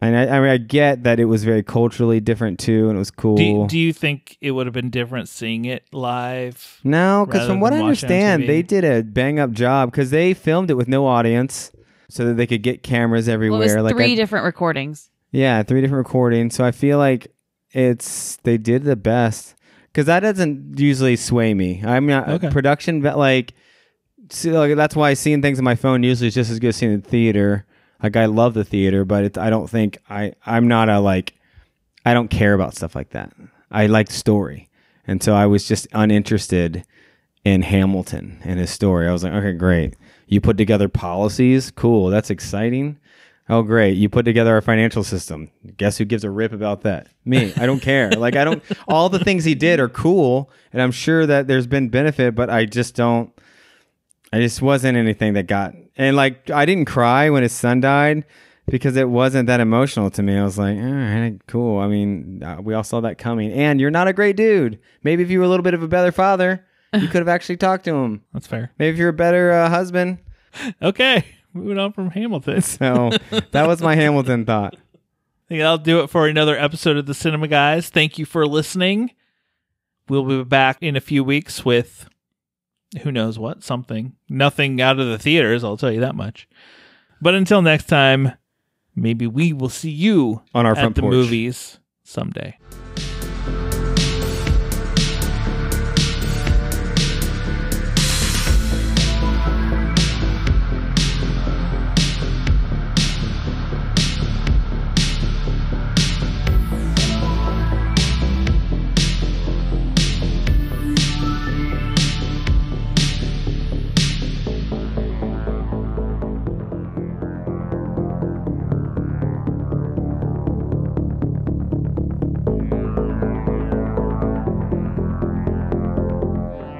Speaker 2: And I, I mean, I get that it was very culturally different too, and it was cool.
Speaker 1: Do, do you think it would have been different seeing it live?
Speaker 2: No, because
Speaker 1: rather
Speaker 2: from what
Speaker 1: than
Speaker 2: I
Speaker 1: watch it on
Speaker 2: understand,
Speaker 1: TV?
Speaker 2: they did a bang up job because they filmed it with no audience, so that they could get cameras everywhere.
Speaker 3: Well, it was
Speaker 2: like
Speaker 3: three
Speaker 2: I-
Speaker 3: different recordings.
Speaker 2: Yeah, three different recordings. So I feel like it's they did the best because that doesn't usually sway me. I'm not
Speaker 1: Okay.
Speaker 2: production, but like, see, like that's why seeing things on my phone usually is just as good as seeing the theater. Like I love the theater, but it, I don't think I I'm not a like I don't care about stuff like that. I like story, and so I was just uninterested in Hamilton and his story. I was like, okay, great. You put together policies, cool. That's exciting. Oh, great. You put together our financial system. Guess who gives a rip about that? Me. I don't care. like, I don't, all the things he did are cool. And I'm sure that there's been benefit, but I just don't, I just wasn't anything that got, and like, I didn't cry when his son died because it wasn't that emotional to me. I was like, all right, cool. I mean, uh, we all saw that coming. And you're not a great dude. Maybe if you were a little bit of a better father, you could have actually talked to him.
Speaker 1: That's fair.
Speaker 2: Maybe if you're a better uh, husband.
Speaker 1: Okay, moving on from Hamilton. I
Speaker 2: So that was my Hamilton thought.
Speaker 1: think that'll do it for another episode of the Cinema Guys. Thank you for listening. We'll be back in a few weeks with who knows what, something. Nothing out of the theaters, I'll tell you that much. But until next time, maybe we will see you
Speaker 2: On our
Speaker 1: at
Speaker 2: front
Speaker 1: the
Speaker 2: porch.
Speaker 1: movies someday.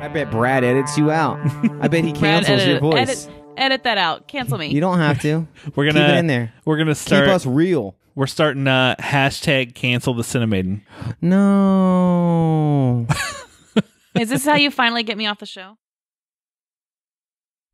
Speaker 2: I bet Brad edits you out. I bet he
Speaker 3: Brad,
Speaker 2: cancels
Speaker 3: edit,
Speaker 2: your voice.
Speaker 3: edit, edit that out. Cancel me.
Speaker 2: You don't have to.
Speaker 1: We're gonna
Speaker 2: keep it in there.
Speaker 1: We're gonna
Speaker 2: Keep
Speaker 1: start.
Speaker 2: us real.
Speaker 1: we're starting uh, hashtag cancel the Cinemaiden.
Speaker 2: No.
Speaker 3: Is this how you finally get me off the show?